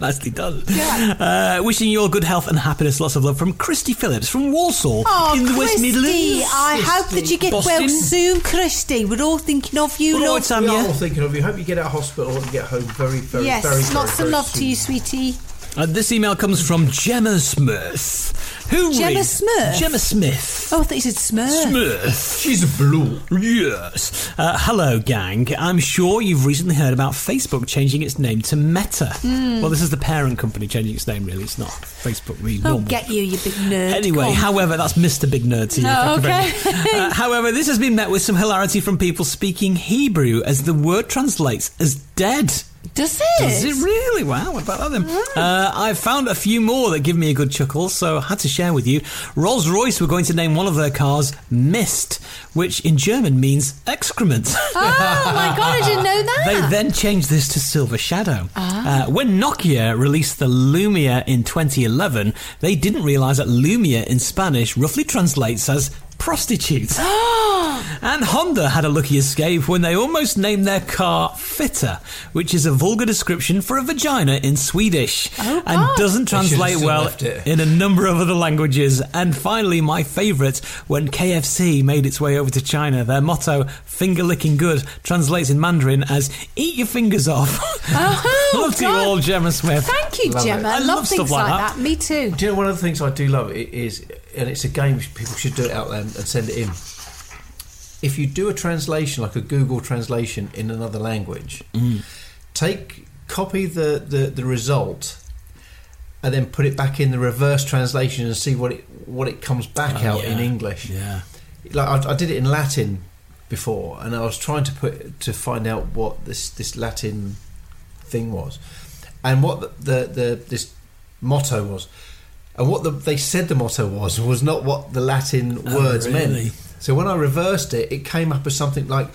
Speaker 3: Nicely done. Uh, wishing you all good health and happiness. Lots of love from Christy Phillips from Walsall
Speaker 4: Oh,
Speaker 3: in the West
Speaker 4: Christy,
Speaker 3: Midlands.
Speaker 4: I hope that you get
Speaker 3: Boston.
Speaker 4: well soon, Christy. We're all thinking of you,
Speaker 3: Good night,
Speaker 4: love.
Speaker 5: We are
Speaker 3: Tanya.
Speaker 5: all thinking of you. Hope you get out of hospital and get home very, very,
Speaker 4: Yes,
Speaker 5: very, very,
Speaker 4: lots
Speaker 5: very
Speaker 4: of love
Speaker 5: soon.
Speaker 4: to you, sweetie.
Speaker 3: Uh, this email comes from Gemma Smith. Who
Speaker 4: Gemma
Speaker 3: reads-
Speaker 4: Smith?
Speaker 3: Gemma Smith.
Speaker 4: Oh, I thought you said Smurf.
Speaker 3: Smith.
Speaker 5: She's a blue.
Speaker 3: Yes. Uh, hello, gang. I'm sure you've recently heard about Facebook changing its name to Meta.
Speaker 4: Hmm.
Speaker 3: Well, this is the parent company changing its name, really. It's not Facebook, the
Speaker 4: I'll
Speaker 3: normal
Speaker 4: get you, you big nerd.
Speaker 3: Anyway,
Speaker 4: Come on.
Speaker 3: however, that's Mr. Big Nerd to you.
Speaker 4: Oh,
Speaker 3: Thank you very
Speaker 4: okay.
Speaker 3: much. Uh, however, this has been met with some hilarity from people speaking Hebrew, as the word translates as dead.
Speaker 4: does it?
Speaker 3: Is it really? Wow, what about that then? Uh, I've found a few more that give me a good chuckle, so I had to share with you. Rolls Royce were going to name one of their cars Mist, which in German means excrement.
Speaker 4: Oh my god, I didn't know that. Ah.
Speaker 3: They then changed this to Silver Shadow. Uh, when Nokia released the Lumia in 2011, they didn't realise that Lumia in Spanish roughly translates as prostitute. And Honda had a lucky escape when they almost named their car Fitter, which is a vulgar description for a vagina in Swedish
Speaker 9: Oh
Speaker 3: and doesn't
Speaker 5: They should have
Speaker 3: translate
Speaker 5: still
Speaker 3: well
Speaker 5: left it.
Speaker 3: in a number of other languages. And finally, my favourite, when KFC made its way over to China, their motto, finger licking good, translates in Mandarin as eat your fingers off.
Speaker 4: Oh,
Speaker 3: Love to you
Speaker 4: God.
Speaker 3: all, Gemma Smith.
Speaker 4: Thank you,
Speaker 5: Love it.
Speaker 4: Gemma.
Speaker 5: I
Speaker 4: I love,
Speaker 3: love stuff
Speaker 4: things
Speaker 3: like
Speaker 4: like
Speaker 3: that.
Speaker 4: that. Me too.
Speaker 5: Do you know one of the things I do love i- is, and it's a game people should do it out there and and send it in. If you do a translation, like a Google translation in another language,
Speaker 3: Mm.
Speaker 5: take copy the, the the result, and then put it back in the reverse translation and see what it what it comes back
Speaker 3: Oh,
Speaker 5: out in
Speaker 3: yeah.
Speaker 5: English.
Speaker 3: Yeah.
Speaker 5: Like I, I did it in Latin before, and I was trying to put to find out what this this Latin thing was, and what the the, the this motto was, and what the, they said the motto was was not what the Latin
Speaker 3: Oh,
Speaker 5: words
Speaker 3: really?
Speaker 5: meant. So when I reversed it, it came up as something like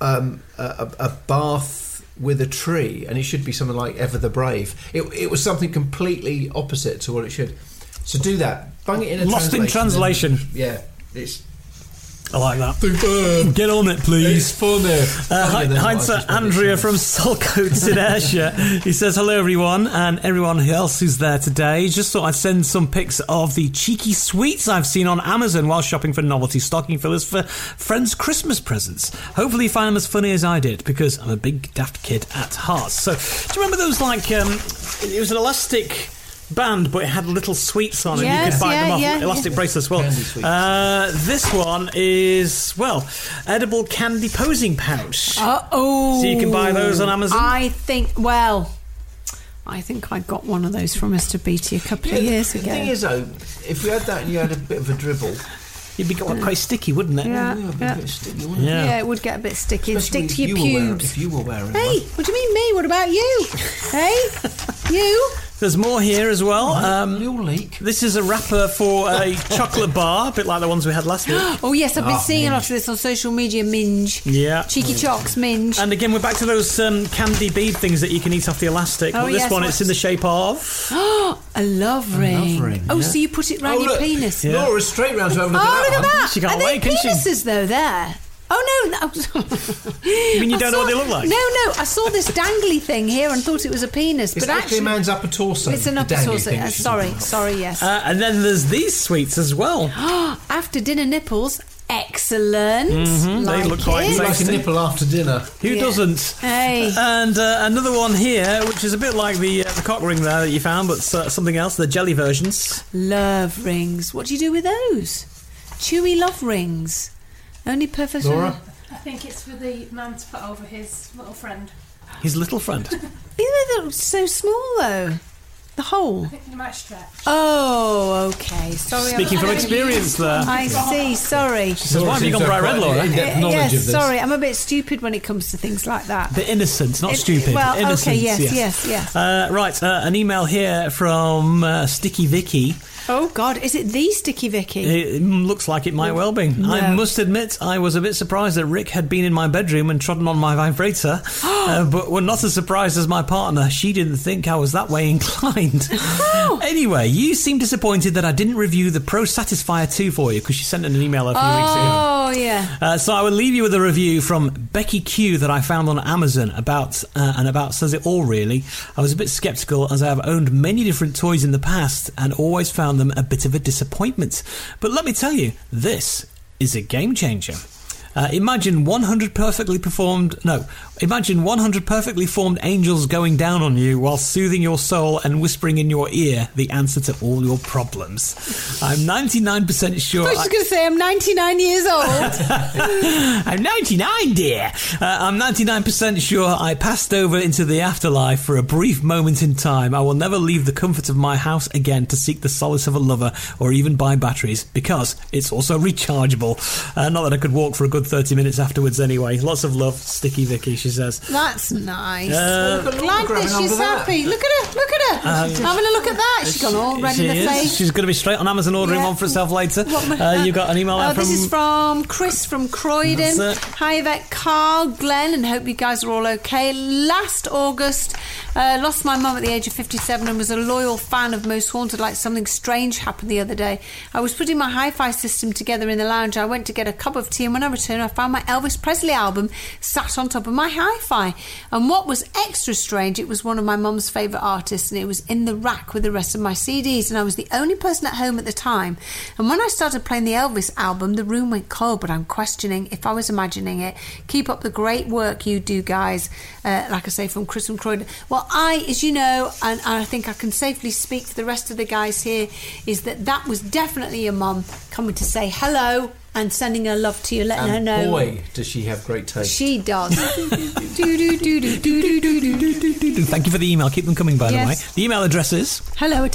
Speaker 5: um, a, a a bath with a tree, and it should be something like "Ever the Brave." It, it was something completely opposite to what it should. So do that. Bung it in a
Speaker 3: Lost in
Speaker 5: and-
Speaker 3: translation.
Speaker 5: Yeah, it's
Speaker 3: I like that. Get on it, please. Uh, Hi- hindsight Andrea from Sulcoats in Ayrshire. He says, Hello, everyone, and everyone else who's there today. Just thought I'd send some pics of the cheeky sweets I've seen on Amazon while shopping for novelty stocking fillers for friends' Christmas presents. Hopefully, you find them as funny as I did because I'm a big daft kid at heart. So, do you remember those like, um, it was an elastic. Band, but it had little sweets on it. you
Speaker 4: Yes,
Speaker 3: could buy
Speaker 4: yeah,
Speaker 3: them off
Speaker 4: yeah,
Speaker 3: elastic bracelets. Well,
Speaker 5: Candy sweets.
Speaker 3: uh, this one is well, edible candy posing pouch.
Speaker 4: Uh oh.
Speaker 3: So you can buy those on Amazon?
Speaker 4: I think, well, I think I got one of those from Mr. Beatty a couple of
Speaker 5: Yeah,
Speaker 4: years
Speaker 5: the
Speaker 4: ago.
Speaker 5: thing is, though, if you had that and you had a bit of a dribble,
Speaker 3: You'd be quite, quite sticky, wouldn't it?
Speaker 4: yeah,
Speaker 5: it'd be a
Speaker 4: yeah.
Speaker 5: bit sticky, wouldn't it?
Speaker 3: Yeah.
Speaker 4: Yeah, it would get a bit sticky. It'd
Speaker 5: Especially
Speaker 4: stick to your
Speaker 5: if you were wearing-
Speaker 4: pubes.
Speaker 5: if you were wearing
Speaker 4: Hey,
Speaker 5: one.
Speaker 4: what do you mean me? What about you? hey, you?
Speaker 3: There's more here as well. Um,
Speaker 5: You'll leak.
Speaker 3: this is a wrapper for a chocolate bar, a bit like the ones we had last week.
Speaker 4: Oh yes,
Speaker 3: Ah,
Speaker 5: Ah,
Speaker 4: I've been seeing a lot of this on social media. Minge.
Speaker 3: Yeah.
Speaker 4: Cheeky
Speaker 5: Mm.
Speaker 4: chocks. Minge.
Speaker 3: And again, we're back to those um, candy bead things that you can eat off the elastic.
Speaker 4: Oh,
Speaker 3: but this
Speaker 4: yes,
Speaker 3: one,
Speaker 4: what's-
Speaker 3: it's in the shape of.
Speaker 4: a love ring.
Speaker 5: ring,
Speaker 4: oh,
Speaker 5: yeah.
Speaker 4: so you put it round your
Speaker 5: look,
Speaker 4: penis.
Speaker 5: Laura's straight round to have a look
Speaker 4: Oh,
Speaker 5: at that
Speaker 4: look at
Speaker 5: one.
Speaker 4: that!
Speaker 3: She can't
Speaker 4: Are they
Speaker 3: wait, can she?
Speaker 4: penises though? There. Oh no! that-
Speaker 3: You mean you
Speaker 4: I
Speaker 3: don't know what they look like?
Speaker 4: No, no. I saw this dangly thing here and thought it was a penis,
Speaker 5: It's
Speaker 4: but
Speaker 5: actually
Speaker 4: actually,
Speaker 5: a man's upper torso.
Speaker 4: it's an
Speaker 5: the
Speaker 4: upper
Speaker 5: dangly
Speaker 4: torso.
Speaker 5: thing
Speaker 4: Uh,
Speaker 5: that she's
Speaker 4: sorry,
Speaker 5: talking about.
Speaker 4: sorry. Yes.
Speaker 3: Uh, and then there's these sweets as well.
Speaker 4: After dinner nipples. Excellent. Like
Speaker 3: Mm-hmm. look quite
Speaker 4: it.
Speaker 5: You like a
Speaker 3: Tasty.
Speaker 5: nipple after dinner.
Speaker 3: Who
Speaker 4: Yeah.
Speaker 3: doesn't?
Speaker 4: Hey.
Speaker 3: And uh, another one here, which is a bit like the, uh, the cock ring there that you found, but uh, something else, the jelly versions.
Speaker 4: Love rings. What do you do with those? Chewy love rings. Only perfect.
Speaker 5: Laura?
Speaker 6: I think it's for the man to put over his little friend.
Speaker 3: His little friend.
Speaker 4: These are so small though. The hole.
Speaker 6: I think you might stretch.
Speaker 4: Oh, okay. Sorry. I-
Speaker 3: Speaking from experience there.
Speaker 4: I see. Sorry. Uh,
Speaker 5: So
Speaker 3: Uh, why have you gone bright red, Laura?
Speaker 5: In-depth knowledge
Speaker 4: yes,
Speaker 5: of this.
Speaker 4: sorry. I'm a bit stupid when it comes to things like that.
Speaker 3: The innocent, not
Speaker 4: It-
Speaker 3: stupid.
Speaker 4: well, okay,
Speaker 3: innocent,
Speaker 4: yes, yes, yes.
Speaker 3: Uh, right, uh, an email here from uh, Sticky Vicky.
Speaker 4: Oh God, is it the sticky Vicky?
Speaker 3: It mm, looks like it might well be. I
Speaker 4: No.
Speaker 3: must admit, I was a bit surprised that Rick had been in my bedroom and trodden on my vibrator, uh, but were not as surprised as my partner. She didn't think I was that way inclined.
Speaker 4: Oh.
Speaker 3: Anyway, you seem disappointed that I didn't review the Pro Satisfier 2 for you because she sent in an email a few weeks ago.
Speaker 4: Oh yeah.
Speaker 3: Uh, so I will leave you with a review from Becky Q that I found on Amazon about uh, and about says it all really. I was a bit skeptical as I have owned many different toys in the past and always found them a bit of a disappointment. But let me tell you, this is a game changer. Uh, imagine 100 perfectly performed. No, imagine 100 perfectly formed angels going down on you while soothing your soul and whispering in your ear the answer to all your problems. I'm 99% sure.
Speaker 4: I was
Speaker 3: I-
Speaker 4: just going to say I'm 99 years old.
Speaker 3: I'm 99, dear. Uh, I'm 99% sure I passed over into the afterlife for a brief moment in time. I will never leave the comfort of my house again to seek the solace of a lover or even buy batteries because it's also rechargeable. Uh, not that I could walk for a good 30 minutes afterwards anyway. Lots of love, Sticky Vicky, she says.
Speaker 4: That's nice.
Speaker 3: Uh,
Speaker 5: Look at Laura
Speaker 4: Glad
Speaker 5: grabbing
Speaker 4: that she's
Speaker 5: onto that.
Speaker 4: happy. Look at her. Look at her. Having a look at that. She's gone all red
Speaker 3: she
Speaker 4: in the
Speaker 3: Uh, is.
Speaker 4: face.
Speaker 3: She's going to be straight on Amazon ordering
Speaker 4: Yeah.
Speaker 3: one for herself later.
Speaker 4: What ma-
Speaker 3: Uh, you got an email
Speaker 4: Oh,
Speaker 3: there from.
Speaker 4: This is from Chris from Croydon.
Speaker 3: That's it.
Speaker 4: Hi, Yvette, Carl, Glenn, and hope you guys are all okay. Last August, uh, lost my mum at the age of 57 and was a loyal fan of Most Haunted. Like something strange happened the other day. I was putting my hi fi system together in the lounge. I went to get a cup of tea, and when I returned, iTunes, I found my Elvis Presley album sat on top of my hi fi. And what was extra strange, it was one of my mum's favourite artists and it was in the rack with the rest of my CDs. And I was the only person at home at the time. And when I started playing the Elvis album, the room went cold, but I'm questioning if I was imagining it. Keep up the great work you do, guys. Uh, like I say, from Chris and Croydon. Well, I, as you know, and I think I can safely speak for the rest of the guys here, is that that was definitely your mum coming to say hello and sending her love to you, letting her
Speaker 5: And
Speaker 4: know.
Speaker 5: boy, does she have great taste.
Speaker 4: She does. do, do, do, do, do, do, do, do, do.
Speaker 3: Thank you for the email. Keep them coming, by
Speaker 4: Yes.
Speaker 3: the way. The email address is
Speaker 4: Hello at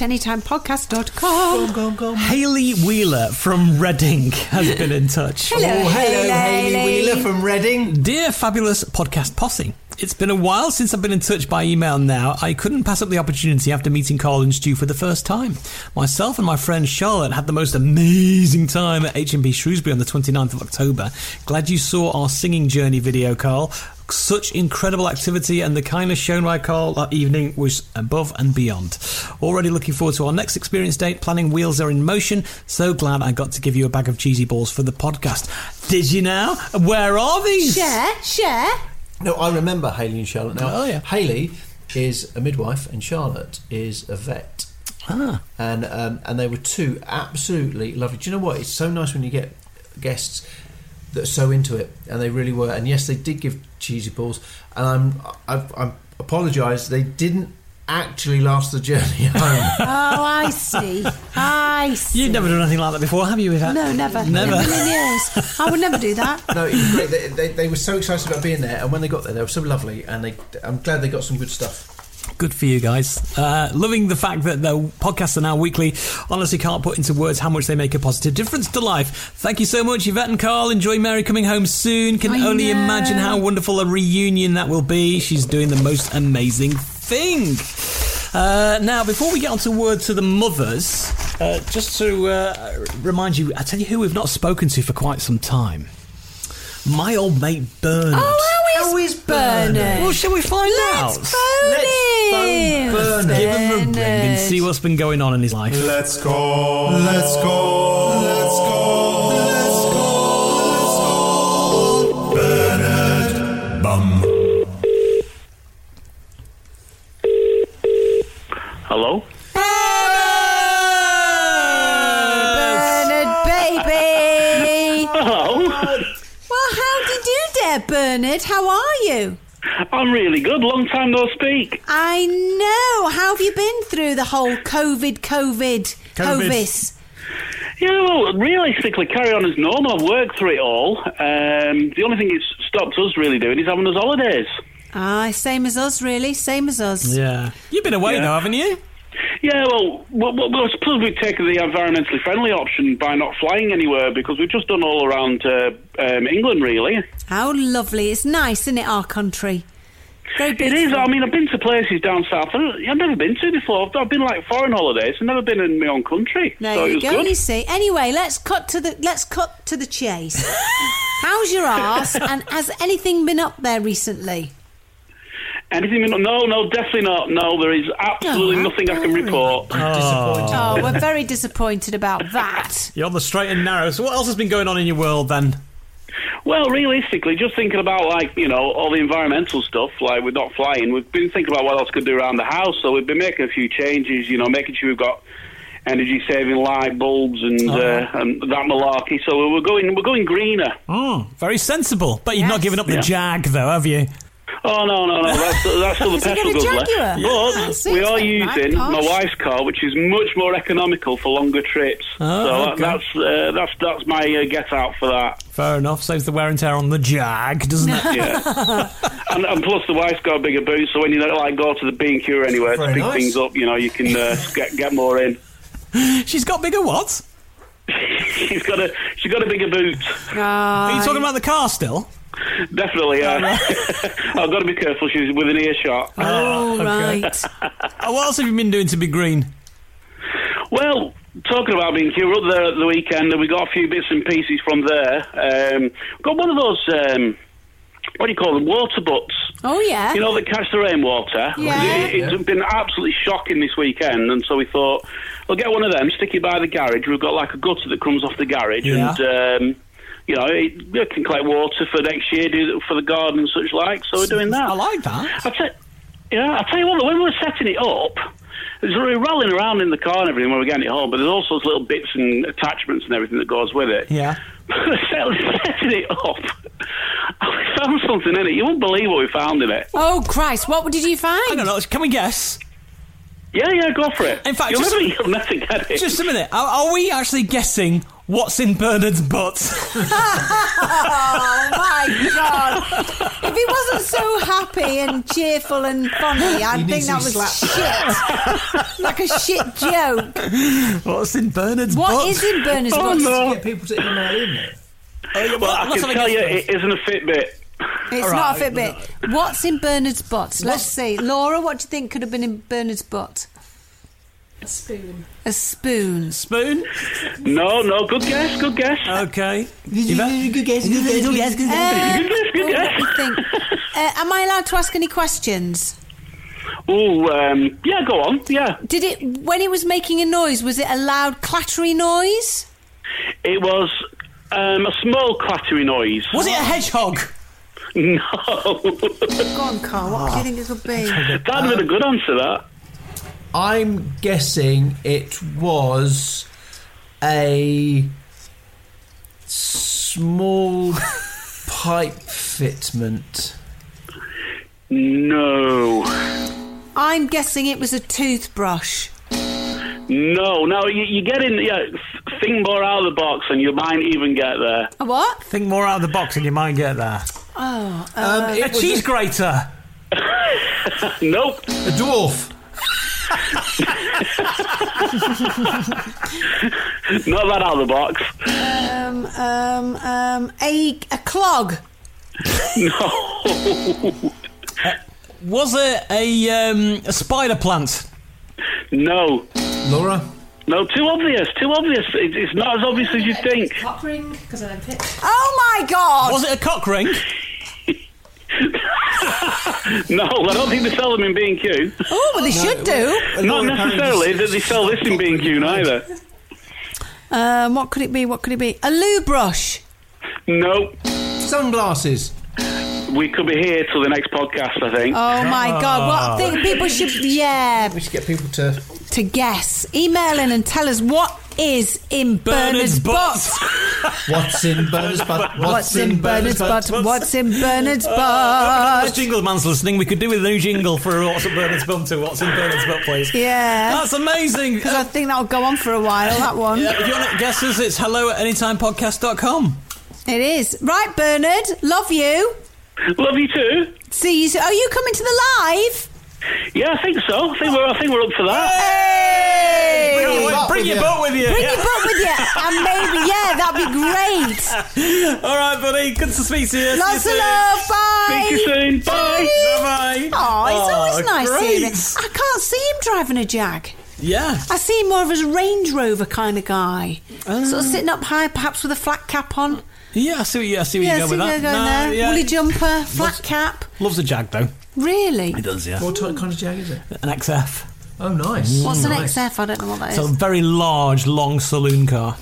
Speaker 4: anytimepodcast.com.
Speaker 3: Haley Wheeler from Reading has been in touch.
Speaker 4: Hello,
Speaker 5: oh, hello,
Speaker 4: Hayley.
Speaker 5: Hayley Wheeler from Reading.
Speaker 3: Dear fabulous podcast posse, it's been a while since I've been in touch by email now. I couldn't pass up the opportunity after meeting Carl and Stu for the first time. Myself and my friend Charlotte had the most amazing time at HMB Shrewsbury on the 29th of October. Glad you saw our singing journey video, Carl. Such incredible activity, and the kindness shown by Carl that evening was above and beyond. Already looking forward to our next experience date. Planning wheels are in motion. So glad I got to give you a bag of cheesy balls for the podcast. Did you now? Where are these?
Speaker 4: Share, share.
Speaker 5: No, I remember Haley and Charlotte now.
Speaker 3: Oh, yeah.
Speaker 5: Haley is a midwife and Charlotte is a vet. Ah. And um, and they were two absolutely lovely. Do you know what? It's so nice when you get guests that are so into it, and they really were. And yes, they did give cheesy balls, and I'm I've, I'm apologise. They didn't actually last the journey home.
Speaker 4: Oh, I see. I see.
Speaker 3: You've never done anything like that before, have you, Yvette?
Speaker 4: No, never.
Speaker 3: Never.
Speaker 4: In a million years. I would never do that.
Speaker 5: no, it was great. They, they, they were so excited about being there, and when they got there, they were so lovely. And they, I'm glad they got some good stuff.
Speaker 3: Good for you guys. Uh, loving the fact that the podcasts are now weekly. Honestly, can't put into words how much they make a positive difference to life. Thank you so much, Yvette and Carl. Enjoy Mary coming home soon. Can
Speaker 4: I
Speaker 3: only
Speaker 4: know.
Speaker 3: imagine how wonderful a reunion that will be. She's doing the most amazing thing. Uh, now, before we get on to word to the mothers, uh, just to uh, remind you, I tell you who we've not spoken to for quite some time. My old mate Bernard.
Speaker 4: how is Bernard?
Speaker 3: Well, shall we find out?
Speaker 4: Let's phone him.
Speaker 5: Let's phone Bernard.
Speaker 3: Give him a ring and
Speaker 4: Bernard.
Speaker 3: see what's been going on in his life.
Speaker 7: Let's go. Let's go. Let's go. Let's go. Let's go. Bernard. Bum.
Speaker 10: Hello?
Speaker 4: Bernard, baby.
Speaker 10: Hello?
Speaker 4: Well, how did you dare, Bernard? How are you?
Speaker 10: I'm really good. Long time no speak.
Speaker 4: I know. How have you been through the whole COVID, COVID, COVID?
Speaker 10: Yeah, well, realistically, carry on as normal. I've worked through it all. Um, the only thing it's stopped us really doing is having us holidays.
Speaker 4: Ah, same as us, really. Same as us.
Speaker 3: Yeah. You've been away
Speaker 10: Yeah.
Speaker 3: though, haven't you?
Speaker 10: Yeah, well, well, well, well, I suppose we've taken the environmentally friendly option by not flying anywhere because we've just done all around uh, um, England, really.
Speaker 4: How lovely. It's nice, isn't it, our country? Very
Speaker 10: It is.
Speaker 4: beautiful.
Speaker 10: I mean, I've been to places down south that I've never been to before. I've- I've been like foreign holidays. I've never been in my own country.
Speaker 4: There
Speaker 10: so it
Speaker 4: you
Speaker 10: was
Speaker 4: go.
Speaker 10: good.
Speaker 4: You see. Anyway, let's cut to the let's cut to the chase. How's your ass? And has anything been up there recently?
Speaker 10: Anything? No, no, definitely not. No, there is absolutely
Speaker 4: Oh,
Speaker 10: nothing I can
Speaker 4: really?
Speaker 10: report.
Speaker 5: Disappointing.
Speaker 4: Oh, we're very disappointed about that.
Speaker 3: You're on the straight and narrow. So what else has been going on in your world then?
Speaker 10: Well, realistically, just thinking about like you know all the environmental stuff, like we're not flying. We've been thinking about what else could do around the house, so we've been making a few changes. You know, making sure we've got energy saving light bulbs and, uh, and that malarkey. So we're going we're going greener.
Speaker 3: Oh, very sensible. But you've not
Speaker 4: Yes.
Speaker 3: given up the
Speaker 10: Yeah.
Speaker 3: jag though, have you?
Speaker 10: Oh no no no! That's that's still the
Speaker 4: Has he got
Speaker 10: petrol
Speaker 4: a
Speaker 10: goes left.
Speaker 4: Jaguar? Yeah, that
Speaker 10: But
Speaker 4: seems
Speaker 10: we are
Speaker 4: like
Speaker 10: using
Speaker 4: right,
Speaker 10: my
Speaker 4: posh.
Speaker 10: wife's car, which is much more economical for longer trips.
Speaker 3: Oh,
Speaker 10: so
Speaker 3: okay.
Speaker 10: that, that's uh, that's that's my uh, get out for that.
Speaker 3: Fair enough. Saves the wear and tear on the jag, doesn't it?
Speaker 10: Yeah. and, and plus, the wife's got a bigger boot, so when you don't like go to the B and Q or anywhere to
Speaker 5: Very
Speaker 10: pick
Speaker 5: nice.
Speaker 10: things up, you know you can uh, get get more in.
Speaker 3: She's got bigger what?
Speaker 10: she's got a she's got a bigger boot,
Speaker 3: Are you talking about the car still?
Speaker 10: definitely. Yeah. I've got to be careful. She's within earshot.
Speaker 4: All right.
Speaker 3: Oh, what else have you been doing to be green?
Speaker 10: Well, talking about being here, we were up there at the weekend and we got a few bits and pieces from there. Um, got one of those, um, what do you call them, water butts.
Speaker 4: Oh yeah.
Speaker 10: You know, that catch the rainwater.
Speaker 4: Yeah.
Speaker 10: It, has been absolutely shocking this weekend, and so we thought, we'll get one of them, stick it by the garage. We've got like a gutter that comes off the garage,
Speaker 3: Yeah.
Speaker 10: and um, you know, it, you can collect water for next year, do it for the garden and such like. So we're doing that.
Speaker 3: I like that.
Speaker 10: I tell, yeah, I tell you what, when we were setting it up, there's we were rolling around in the car and everything when we were getting it home, but there's all sorts of little bits and attachments and everything that goes with it.
Speaker 3: Yeah.
Speaker 10: setting it up, we found something in it. You won't believe what we found in it.
Speaker 4: Oh Christ! What did you
Speaker 3: I
Speaker 4: find?
Speaker 3: don't know. Can we guess?
Speaker 10: Yeah, yeah, go for it.
Speaker 3: In fact,
Speaker 10: you'll
Speaker 3: just-
Speaker 10: never, you'll never get it.
Speaker 3: Just a minute. Are, are we actually guessing what's in Bernard's butt?
Speaker 4: Oh my God! if he wasn't so happy and cheerful and funny, I'd think
Speaker 5: needs
Speaker 4: that
Speaker 5: to
Speaker 4: was
Speaker 5: be
Speaker 4: shit, like a shit joke.
Speaker 3: what's in Bernard's butt?
Speaker 4: What is in Bernard's
Speaker 10: Oh,
Speaker 4: butt?
Speaker 10: no. Oh,
Speaker 5: Get people to email in there.
Speaker 10: Well, I
Speaker 3: Let's
Speaker 10: can
Speaker 3: have a
Speaker 10: tell
Speaker 3: guess
Speaker 10: you,
Speaker 3: first.
Speaker 10: it isn't a Fitbit.
Speaker 4: It's not a Fitbit. What's in Bernard's butt? Let's see, Laura. What do you think could have been in Bernard's butt?
Speaker 6: A spoon.
Speaker 4: A spoon.
Speaker 3: Spoon?
Speaker 10: No, no, good guess, good guess.
Speaker 3: Okay. Yvette?
Speaker 8: Good guess, good guess, good guess, good guess.
Speaker 4: Uh,
Speaker 10: Good guess, good
Speaker 4: oh, let
Speaker 10: guess.
Speaker 4: me think. Uh, am I allowed to ask any questions?
Speaker 10: Ooh, um, yeah, go on, yeah.
Speaker 4: Did it when it was making a noise? Was it a loud clattery noise?
Speaker 10: It was um, a small clattering noise.
Speaker 3: Was it a hedgehog?
Speaker 10: No.
Speaker 4: Go on, Carl. What do you think it could be?
Speaker 10: That'd have been a good answer, that.
Speaker 5: I'm guessing it was a small pipe fitment.
Speaker 10: No.
Speaker 4: I'm guessing it was a toothbrush.
Speaker 10: No, no, you, you get in, yeah, th- think more out of the box and you might even get there.
Speaker 4: A what?
Speaker 3: Think more out of the box and you might get there.
Speaker 4: Oh, uh,
Speaker 5: Um,
Speaker 3: A
Speaker 5: it was
Speaker 3: cheese grater.
Speaker 10: Nope.
Speaker 5: a dwarf.
Speaker 10: Not that out of the box.
Speaker 4: um, um, um, a a clog.
Speaker 10: No.
Speaker 3: Uh, Was it a, um, a spider plant?
Speaker 10: no.
Speaker 5: Laura?
Speaker 10: No, too obvious, too obvious. It, it's not as obvious as you think.
Speaker 6: Cock ring, because I then picked.
Speaker 4: Oh my God!
Speaker 3: Was it a cock ring?
Speaker 10: No, I don't think they sell them in B&Q.
Speaker 4: Oh, well, they should do.
Speaker 10: Not
Speaker 5: Laura apparently
Speaker 10: necessarily
Speaker 5: just-
Speaker 10: that they sell this in B&Q neither.
Speaker 4: Um, what could it be? What could it be? A loo brush.
Speaker 10: Nope.
Speaker 5: Sunglasses.
Speaker 10: We could be here till the next podcast, I think.
Speaker 4: Oh my God!
Speaker 3: Ah.
Speaker 4: What I think people should? Yeah,
Speaker 5: We should get people to.
Speaker 4: to guess. Email in and tell us what is in Bernard's, butt.
Speaker 5: What's in Bernard's butt?
Speaker 4: What's in Bernard's butt? What's in Bernard's butt?
Speaker 3: Just jingle man's listening. We could do with a new jingle for what's in Bernard's bum to what's in Bernard's butt, please.
Speaker 4: Yeah.
Speaker 3: That's amazing.
Speaker 4: Because I think that'll go on for a while, that one.
Speaker 3: Yeah, if you want to guess us, it's hello at anytimepodcast.com.
Speaker 4: It is. Right, Bernard. Love you.
Speaker 10: Love you too.
Speaker 4: See you soon. Are you coming to the live?
Speaker 10: Yeah, I think so. I think we're, I think we're up for that.
Speaker 3: Bring,
Speaker 4: Hey!
Speaker 3: your- bring your butt with you.
Speaker 4: Bring
Speaker 3: Yeah.
Speaker 4: your butt with you. And maybe, yeah, that'd be great.
Speaker 3: All right, buddy. Good to speak to you. See you
Speaker 4: Lots of
Speaker 3: soon.
Speaker 4: love. Bye.
Speaker 10: Speak to you soon. Bye.
Speaker 3: Bye-bye.
Speaker 4: Oh, it's always
Speaker 3: Aw,
Speaker 4: nice seeing
Speaker 3: great.
Speaker 4: it. I can't see him driving a Jag.
Speaker 3: Yeah.
Speaker 4: I see him more of as a Range Rover kind of guy.
Speaker 3: Oh.
Speaker 4: Sort of sitting up high, perhaps with a flat cap on.
Speaker 3: Yeah, I see what you, I see what
Speaker 4: Yeah,
Speaker 3: you go
Speaker 4: see
Speaker 3: with
Speaker 4: where
Speaker 3: that.
Speaker 4: you're going there.
Speaker 3: yeah.
Speaker 4: Woolly jumper, flat cap.
Speaker 3: Loves a jag, though.
Speaker 4: Really?
Speaker 3: He does, yeah.
Speaker 5: What type kind of jag is it?
Speaker 3: An XF.
Speaker 5: Oh, nice.
Speaker 4: What's an
Speaker 5: Nice.
Speaker 4: XF? I don't know what that is.
Speaker 3: It's a very large, long saloon car.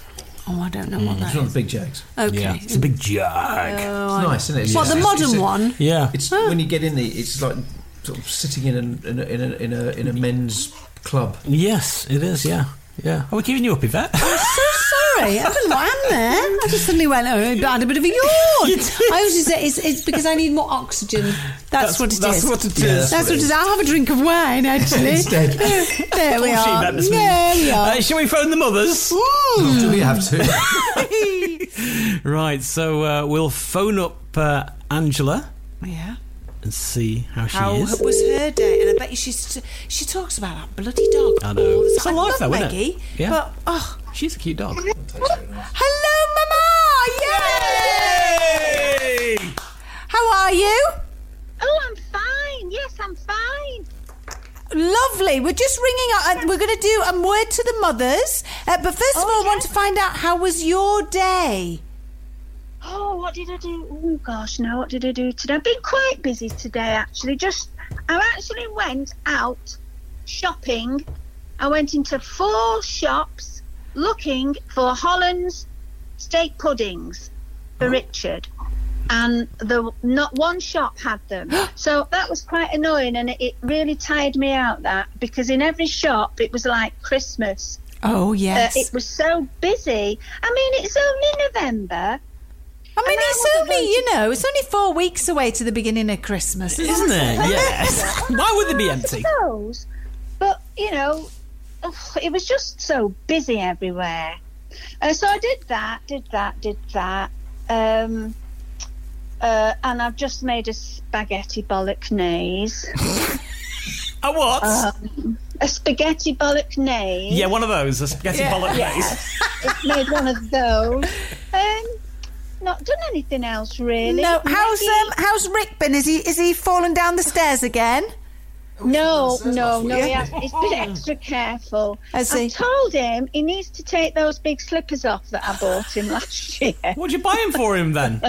Speaker 4: oh, I don't know what that
Speaker 5: Mm, It's one of
Speaker 4: is. Oh,
Speaker 5: the big jags.
Speaker 4: Okay. Uh,
Speaker 3: Yeah. It's a big jag.
Speaker 5: It's nice, isn't it? It's
Speaker 4: What,
Speaker 5: just-
Speaker 4: the
Speaker 5: it's- it's
Speaker 4: modern
Speaker 5: a-
Speaker 4: one?
Speaker 3: yeah.
Speaker 5: It's when you get in the. It's like sort of sitting in a in a in a, in a, in a men's club.
Speaker 3: Yes, it is, yeah. Yeah. Are
Speaker 4: Oh,
Speaker 3: we keeping you up, Yvette?
Speaker 4: So sorry. I don't know why I'm there. I just suddenly went, oh, I had a bit of a yawn. I always say it's, it's because I need more oxygen. That's, what it is.
Speaker 3: that's What it is.
Speaker 5: Yeah.
Speaker 4: That's what it is. I'll have a drink of wine, actually.
Speaker 5: Instead.
Speaker 4: there we
Speaker 3: Bullshit,
Speaker 4: are.
Speaker 3: that was me.
Speaker 4: There Um, we are.
Speaker 3: Uh, shall we phone the mothers?
Speaker 5: Do we have to?
Speaker 3: Right, so uh, we'll phone up uh, Angela
Speaker 4: Yeah.
Speaker 3: and see how Oh, she
Speaker 4: How
Speaker 3: is.
Speaker 4: was her day? And I bet you she's, she talks about that bloody dog.
Speaker 3: I know.
Speaker 4: All the
Speaker 3: It's
Speaker 4: time.
Speaker 3: her
Speaker 4: I
Speaker 3: life,
Speaker 4: love
Speaker 3: though, isn't it?
Speaker 4: Maggie,
Speaker 3: Yeah.
Speaker 4: But, oh,
Speaker 3: She's a cute dog.
Speaker 4: hello, Mama! Yay!
Speaker 3: Hey!
Speaker 4: How are you?
Speaker 11: Oh, I'm fine. Yes, I'm fine.
Speaker 4: Lovely. We're just ringing up. and We're going to do a word to the mothers. Uh, but first of all, I want to find out how was your day?
Speaker 11: Oh, what did I do? Oh gosh, no, what did I do today? I've been quite busy today actually. Just I actually went out shopping. I went into four shops looking for Holland's steak puddings. for Richard, and the not one shop had them. so that was quite annoying, and it, it really tired me out that because in every shop it was like Christmas.
Speaker 4: Oh, yes.
Speaker 11: Uh, it was so busy. I mean, it's only November.
Speaker 4: I mean, it's only you know, it's only four weeks away to the beginning of Christmas, isn't,
Speaker 3: Isn't
Speaker 4: it?
Speaker 3: it? Yes. Why would they be empty?
Speaker 11: suppose. But you know, ugh, it was just so busy everywhere. Uh, so I did that, did that, did that, um, uh, and I've just made a spaghetti bolognese.
Speaker 3: a what?
Speaker 11: Um, a spaghetti bolognese.
Speaker 3: Yeah, one of those, a spaghetti
Speaker 11: Yeah.
Speaker 3: bolognese.
Speaker 11: Yeah. Just made one of those. Um, not done anything else really.
Speaker 4: No, how's um, how's Rick been? Is he is he fallen down the stairs again?
Speaker 11: No, no, no. He
Speaker 4: Yeah.
Speaker 11: has, he's been extra careful.
Speaker 4: Has he?
Speaker 11: I told him he needs to take those big slippers off that I bought him last year.
Speaker 3: What'd you buy him for him then?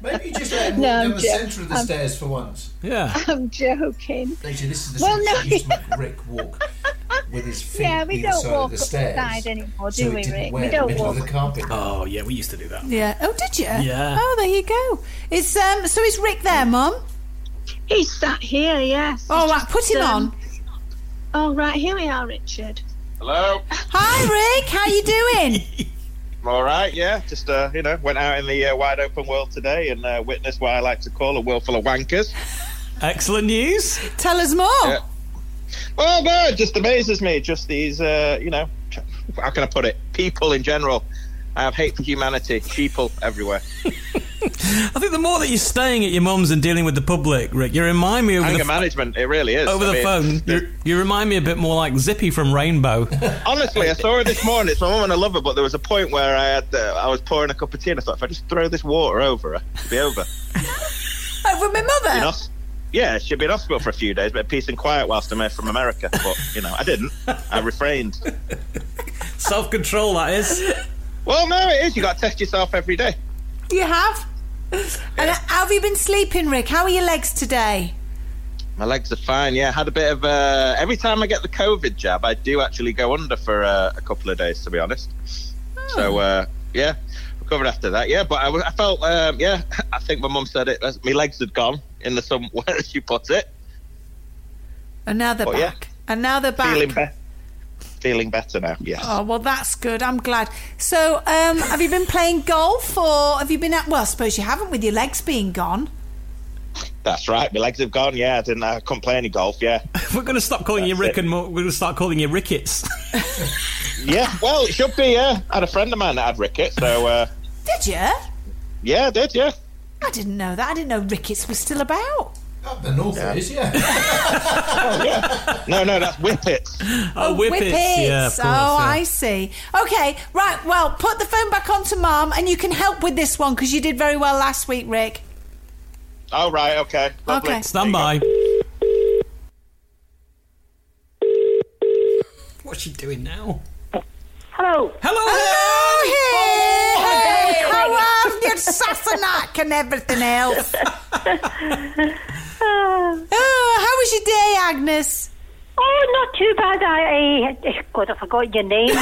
Speaker 5: Maybe you just let him
Speaker 11: No,
Speaker 5: walk down
Speaker 11: I'm
Speaker 5: the
Speaker 11: jo-
Speaker 5: centre of the
Speaker 11: I'm-
Speaker 5: stairs for once.
Speaker 3: Yeah.
Speaker 11: I'm joking.
Speaker 5: Actually, this is the
Speaker 11: Well,
Speaker 5: well,
Speaker 11: no,
Speaker 5: that used to make Rick walk with his feet
Speaker 11: Yeah, we
Speaker 5: either
Speaker 11: don't
Speaker 5: side
Speaker 11: walk
Speaker 5: of the
Speaker 11: up the
Speaker 5: stairs.
Speaker 11: side anymore,
Speaker 5: so
Speaker 11: do
Speaker 5: it
Speaker 11: we,
Speaker 5: didn't
Speaker 11: Rick?
Speaker 5: wear
Speaker 11: We
Speaker 5: the
Speaker 11: don't
Speaker 5: middle of
Speaker 11: walk
Speaker 5: the carpet.
Speaker 3: Oh yeah, we used to do that.
Speaker 4: Yeah. Oh, did you?
Speaker 3: Yeah.
Speaker 4: Oh, there you go. It's um. So is Rick there, Mum?
Speaker 11: He's sat here. Yes.
Speaker 4: Oh, right. Put him
Speaker 11: um,
Speaker 4: on.
Speaker 11: Oh, right. Here we are, Richard.
Speaker 12: Hello.
Speaker 4: Hi, Rick. How you doing?
Speaker 12: I'm all right. Yeah. Just uh, you know, went out in the uh, wide open world today and uh, witnessed what I like to call a world full of wankers.
Speaker 3: Excellent news.
Speaker 4: Tell us more.
Speaker 12: Yeah. Oh no, it just amazes me. Just these, uh, you know, how can I put it? People in general. I have hate for humanity. People everywhere.
Speaker 3: I think the more that you're staying at your mum's and dealing with the public, Rick, you remind me over
Speaker 12: Anger
Speaker 3: the f-
Speaker 12: management. It really is.
Speaker 3: over
Speaker 12: I
Speaker 3: the
Speaker 12: mean,
Speaker 3: phone. You, you remind me a bit more like Zippy from Rainbow.
Speaker 12: Honestly, I saw her this morning. It's my mum and I love her, but there was a point where I had uh, I was pouring a cup of tea, and I thought if I just throw this water over her, it'll be over.
Speaker 4: Over Oh, my mother.
Speaker 12: In hos- yeah, she'd be in hospital for a few days, but peace and quiet whilst I'm here from America. But you know, I didn't. I refrained.
Speaker 3: Self control, that is.
Speaker 12: Well, no, it is. You got to test yourself every day.
Speaker 4: You have. And how have you been sleeping, Rick? How are your legs today?
Speaker 12: My legs are fine. Yeah, had a bit of. Uh, every time I get the COVID jab, I do actually go under for uh, a couple of days, to be honest.
Speaker 3: Oh.
Speaker 12: So uh, yeah, recovered after that. Yeah, but I, w- I felt. Um, yeah, I think my mum said it. as- My legs had gone in the sun, as she put it.
Speaker 4: And now they're
Speaker 12: But Oh, yeah,
Speaker 4: back. And now they're back.
Speaker 12: feeling better. Feeling better now. Yes.
Speaker 4: Oh well, that's good. I'm glad. So, um, have you been playing golf, or have you been at? Well, I suppose you haven't, with your legs being gone.
Speaker 12: That's right. My legs have gone. Yeah, I didn't. I couldn't play any golf. Yeah.
Speaker 3: We're going to stop calling you Rick and Mo- we're going to start calling you Rickets.
Speaker 12: yeah. Well, it should be. Yeah. I had a friend of mine that had rickets. So uh,
Speaker 4: Did you?
Speaker 12: yeah, I did. Yeah.
Speaker 4: I didn't know that. I didn't know rickets was still about.
Speaker 5: The north it is, yeah.
Speaker 12: No, no, that's whippets.
Speaker 3: Oh,
Speaker 4: Whippets. oh, I see. Okay, right. Well, put the phone back on to Mum, and you can help with this one because you did very well last week, Rick.
Speaker 12: Oh, right. Okay. Lovely.
Speaker 4: Okay.
Speaker 3: Stand by. What's she doing now?
Speaker 13: Hello.
Speaker 3: Hello.
Speaker 4: Hello. Oh, Hey. How are you, Sassenach and everything else?
Speaker 11: Ah.
Speaker 4: oh, how was your day, Agnes?
Speaker 13: Oh, not too bad. I, I God, I forgot your name. uh,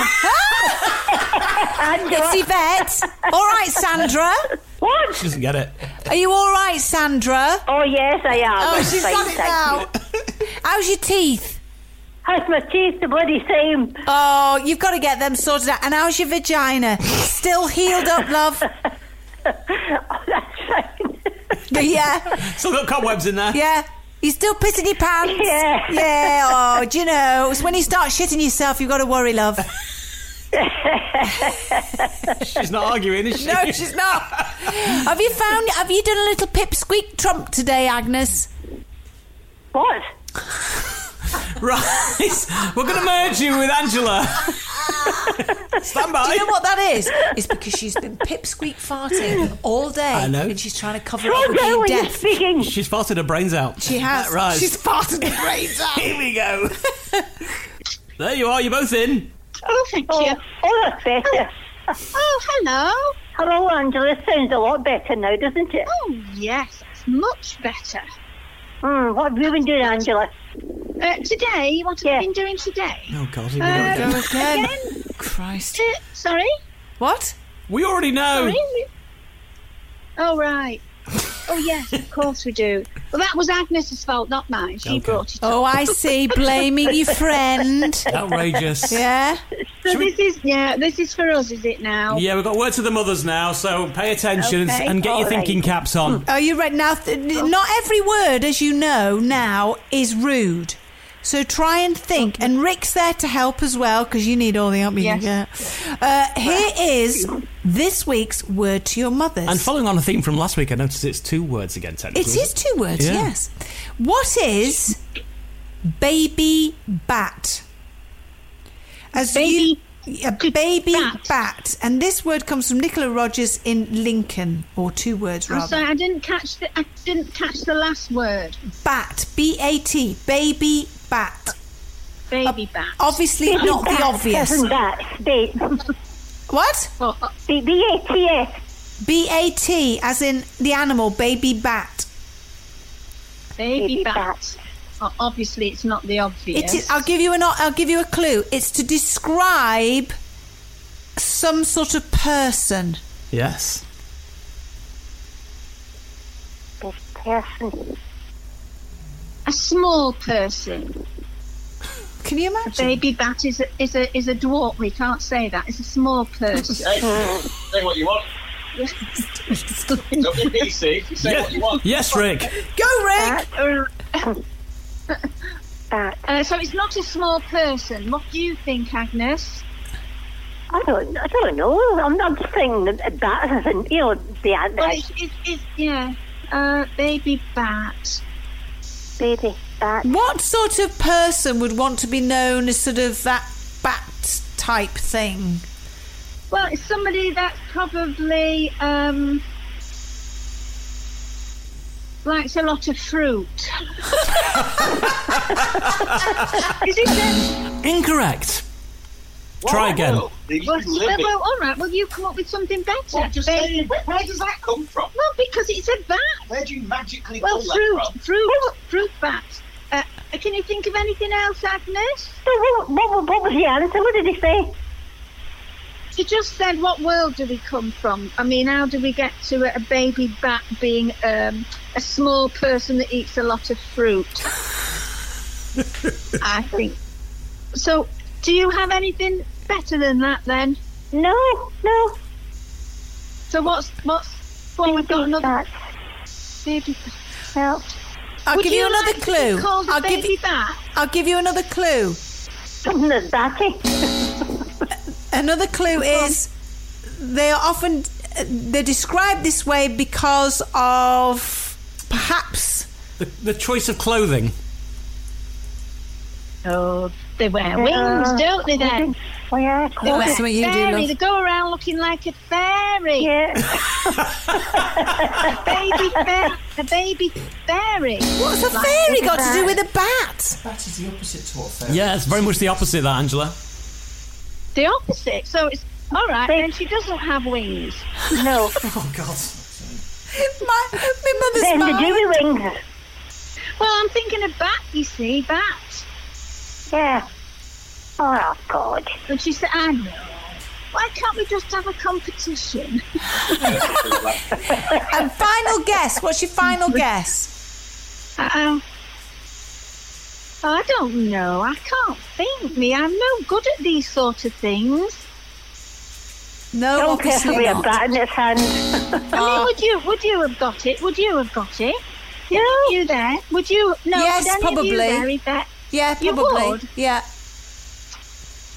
Speaker 13: Sandra.
Speaker 4: It's Yvette. All right, Sandra.
Speaker 13: What?
Speaker 3: She doesn't get it.
Speaker 4: Are you all right, Sandra?
Speaker 13: Oh yes, I am.
Speaker 4: Oh,
Speaker 13: I'm
Speaker 4: she's
Speaker 13: fine,
Speaker 4: got it
Speaker 13: thank
Speaker 4: now.
Speaker 13: you.
Speaker 4: How's your teeth?
Speaker 13: How's my teeth? The bloody same.
Speaker 4: Oh, you've got to get them sorted out. And how's your vagina? Still healed up, love?
Speaker 13: Oh, that's fine.
Speaker 4: yeah,
Speaker 3: Still got cobwebs in there.
Speaker 4: yeah. You still pissing your pants?
Speaker 13: Yeah.
Speaker 4: Yeah, oh, do you know? It's when you start shitting yourself, you've got to worry, love.
Speaker 3: She's not arguing, is she?
Speaker 4: No, she's not. have you found? Have you done a little pipsqueak trump today, Agnes?
Speaker 13: What?
Speaker 3: Right. We're going to merge you with Angela. Stand by.
Speaker 4: Do you know what that is? It's because she's been pipsqueak farting all day,
Speaker 3: I know.
Speaker 4: and she's trying to cover
Speaker 13: Slow
Speaker 4: up for
Speaker 13: down
Speaker 4: being
Speaker 13: when you're
Speaker 4: deaf.
Speaker 13: speaking.
Speaker 3: She's farted her brains out.
Speaker 4: She has.
Speaker 3: That right.
Speaker 4: She's farted her brains out.
Speaker 3: Here we go. there you are. You're both in.
Speaker 11: Oh, thank
Speaker 13: Oh,
Speaker 11: you.
Speaker 13: oh, that's better.
Speaker 11: Oh, hello.
Speaker 13: Hello, Angela. Sounds a lot better now, doesn't it?
Speaker 11: Oh, yes, that's much better.
Speaker 13: Mm, what have you been doing, Angela?
Speaker 11: Uh, today, what have
Speaker 13: Yeah.
Speaker 11: I been doing today?
Speaker 3: Oh God. Here
Speaker 11: Uh,
Speaker 4: Go again.
Speaker 11: again,
Speaker 4: Christ.
Speaker 11: uh, sorry,
Speaker 4: What?
Speaker 3: We already know.
Speaker 11: sorry. Oh right. Oh yes, of course we do. Well, that was Agnes's fault, not mine. She brought it.
Speaker 4: Oh, I see. Blaming your friend.
Speaker 3: Outrageous.
Speaker 4: Yeah.
Speaker 11: So this is yeah, this is for us, is it now?
Speaker 3: Yeah, we've got word to the mothers now, so pay attention
Speaker 4: Okay.
Speaker 3: and get your
Speaker 4: All
Speaker 3: thinking
Speaker 4: right.
Speaker 3: caps on.
Speaker 4: Are you right now? Th- not every word, as you know now, is rude. So try and think. And Rick's there to help as well because you need all the help you can get. Uh, here is this week's word to your mothers.
Speaker 3: And following on a theme from last week, I noticed it's two words again. Technically,
Speaker 4: Hmm. It is two words,
Speaker 3: Yeah.
Speaker 4: yes. What is baby bat? As baby you, a baby bat. and this word comes from Nicola Rogers in Lincoln, or two words
Speaker 11: I'm
Speaker 4: rather.
Speaker 11: sorry, I didn't catch the I didn't catch the last word.
Speaker 4: Bat, B A T, baby bat.
Speaker 11: Baby bat.
Speaker 4: Obviously, not the obvious. What?
Speaker 11: uh,
Speaker 13: B A T
Speaker 4: S. B A T, as in the animal, baby bat.
Speaker 11: Baby, bat. O- Obviously, it's not the obvious.
Speaker 4: It is, I'll give you an. I'll give you a clue. It's to describe some sort of person.
Speaker 3: Yes.
Speaker 11: person. A small person.
Speaker 4: Can you imagine?
Speaker 11: A baby bat is a, is a is a dwarf. We can't say that. It's a small person.
Speaker 12: Say what you want. Don't be PC. Say what you want.
Speaker 3: Yes, Rick.
Speaker 4: Go, Rick.
Speaker 11: Uh, so it's not a small person. What do you think, Agnes?
Speaker 13: I don't, I don't know. I'm, I'm just saying that, that as in, you know, the
Speaker 11: Well, it's, it's, it's yeah, uh, baby bat.
Speaker 13: Baby bat.
Speaker 4: What sort of person would want to be known as sort of that bat type thing?
Speaker 11: Well, it's somebody that's probably um, likes a lot of fruit. Is it then?
Speaker 3: Incorrect. Try again.
Speaker 11: Well, well, well, all right. Well, you come up with something better.
Speaker 12: I'm just
Speaker 11: Baby-
Speaker 12: saying, where, where does that come from?
Speaker 11: Well, because it's a bat.
Speaker 12: Where do you magically
Speaker 11: Well,
Speaker 12: pull
Speaker 11: fruit,
Speaker 12: that from?
Speaker 11: fruit, fruit bats. Uh, can you think of anything else, Agnes?
Speaker 13: What, what, what was the answer? What did he say?
Speaker 11: You just said, what world do we come from? I mean, how do we get to a- a baby bat being um, a small person that eats a lot of fruit? I think. So, do you have anything better than that then?
Speaker 13: No, no.
Speaker 11: So what's what's well we've got another baby bat. Well,
Speaker 4: I'll
Speaker 11: would
Speaker 4: give you, another
Speaker 11: like to be
Speaker 4: clue.
Speaker 11: called a
Speaker 4: I'll give
Speaker 11: baby
Speaker 4: you.
Speaker 11: bat?
Speaker 4: I'll give you another clue.
Speaker 13: Something that's batty.
Speaker 4: another clue is they are often uh, they're described this way because of perhaps
Speaker 3: The, the choice of clothing.
Speaker 11: Oh, they wear wings, don't they? Then
Speaker 13: Well, yeah,
Speaker 11: they
Speaker 4: Oh,
Speaker 11: wear
Speaker 4: that's what you do,
Speaker 11: fairy.
Speaker 4: love.
Speaker 11: They go around looking like a fairy.
Speaker 13: Yeah.
Speaker 11: a baby fairy. A baby fairy.
Speaker 4: What's a fairy got to do with a bat?
Speaker 5: That is the opposite to what fair.
Speaker 3: Yeah, it's very much the opposite of that, Angela.
Speaker 11: The opposite. So it's all right. Then she doesn't have wings.
Speaker 13: No.
Speaker 3: Oh, God.
Speaker 4: my, my mother's
Speaker 13: Then the
Speaker 11: mind.
Speaker 13: dewy wings.
Speaker 11: Well, I'm thinking of bat. You see, bat.
Speaker 13: Yeah. Oh God.
Speaker 11: But she said, I know. Why can't we just have a competition?
Speaker 4: And final guess. What's your final guess?
Speaker 11: Um, oh, I don't know. I can't think. Me, I'm no good at these sort of things.
Speaker 4: No,
Speaker 13: Don't
Speaker 4: obviously
Speaker 13: carry a
Speaker 4: not.
Speaker 13: bat in his hand.
Speaker 11: I mean, would you would you have got it? Would you have got it? Yeah. You there? Would you? No.
Speaker 4: Yes,
Speaker 11: would any Of
Speaker 4: probably.
Speaker 11: you there, is that-
Speaker 4: Yeah,
Speaker 11: You
Speaker 4: probably.
Speaker 11: would?
Speaker 4: Yeah.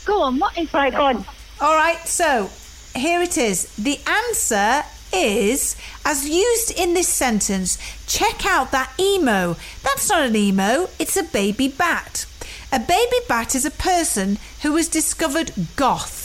Speaker 11: Go on. What is
Speaker 13: Right,
Speaker 11: it?
Speaker 13: go on.
Speaker 4: All right. So here it is. The answer is as used in this sentence. Check out that emo. That's not an emo. It's a baby bat. A baby bat is a person who has discovered goth.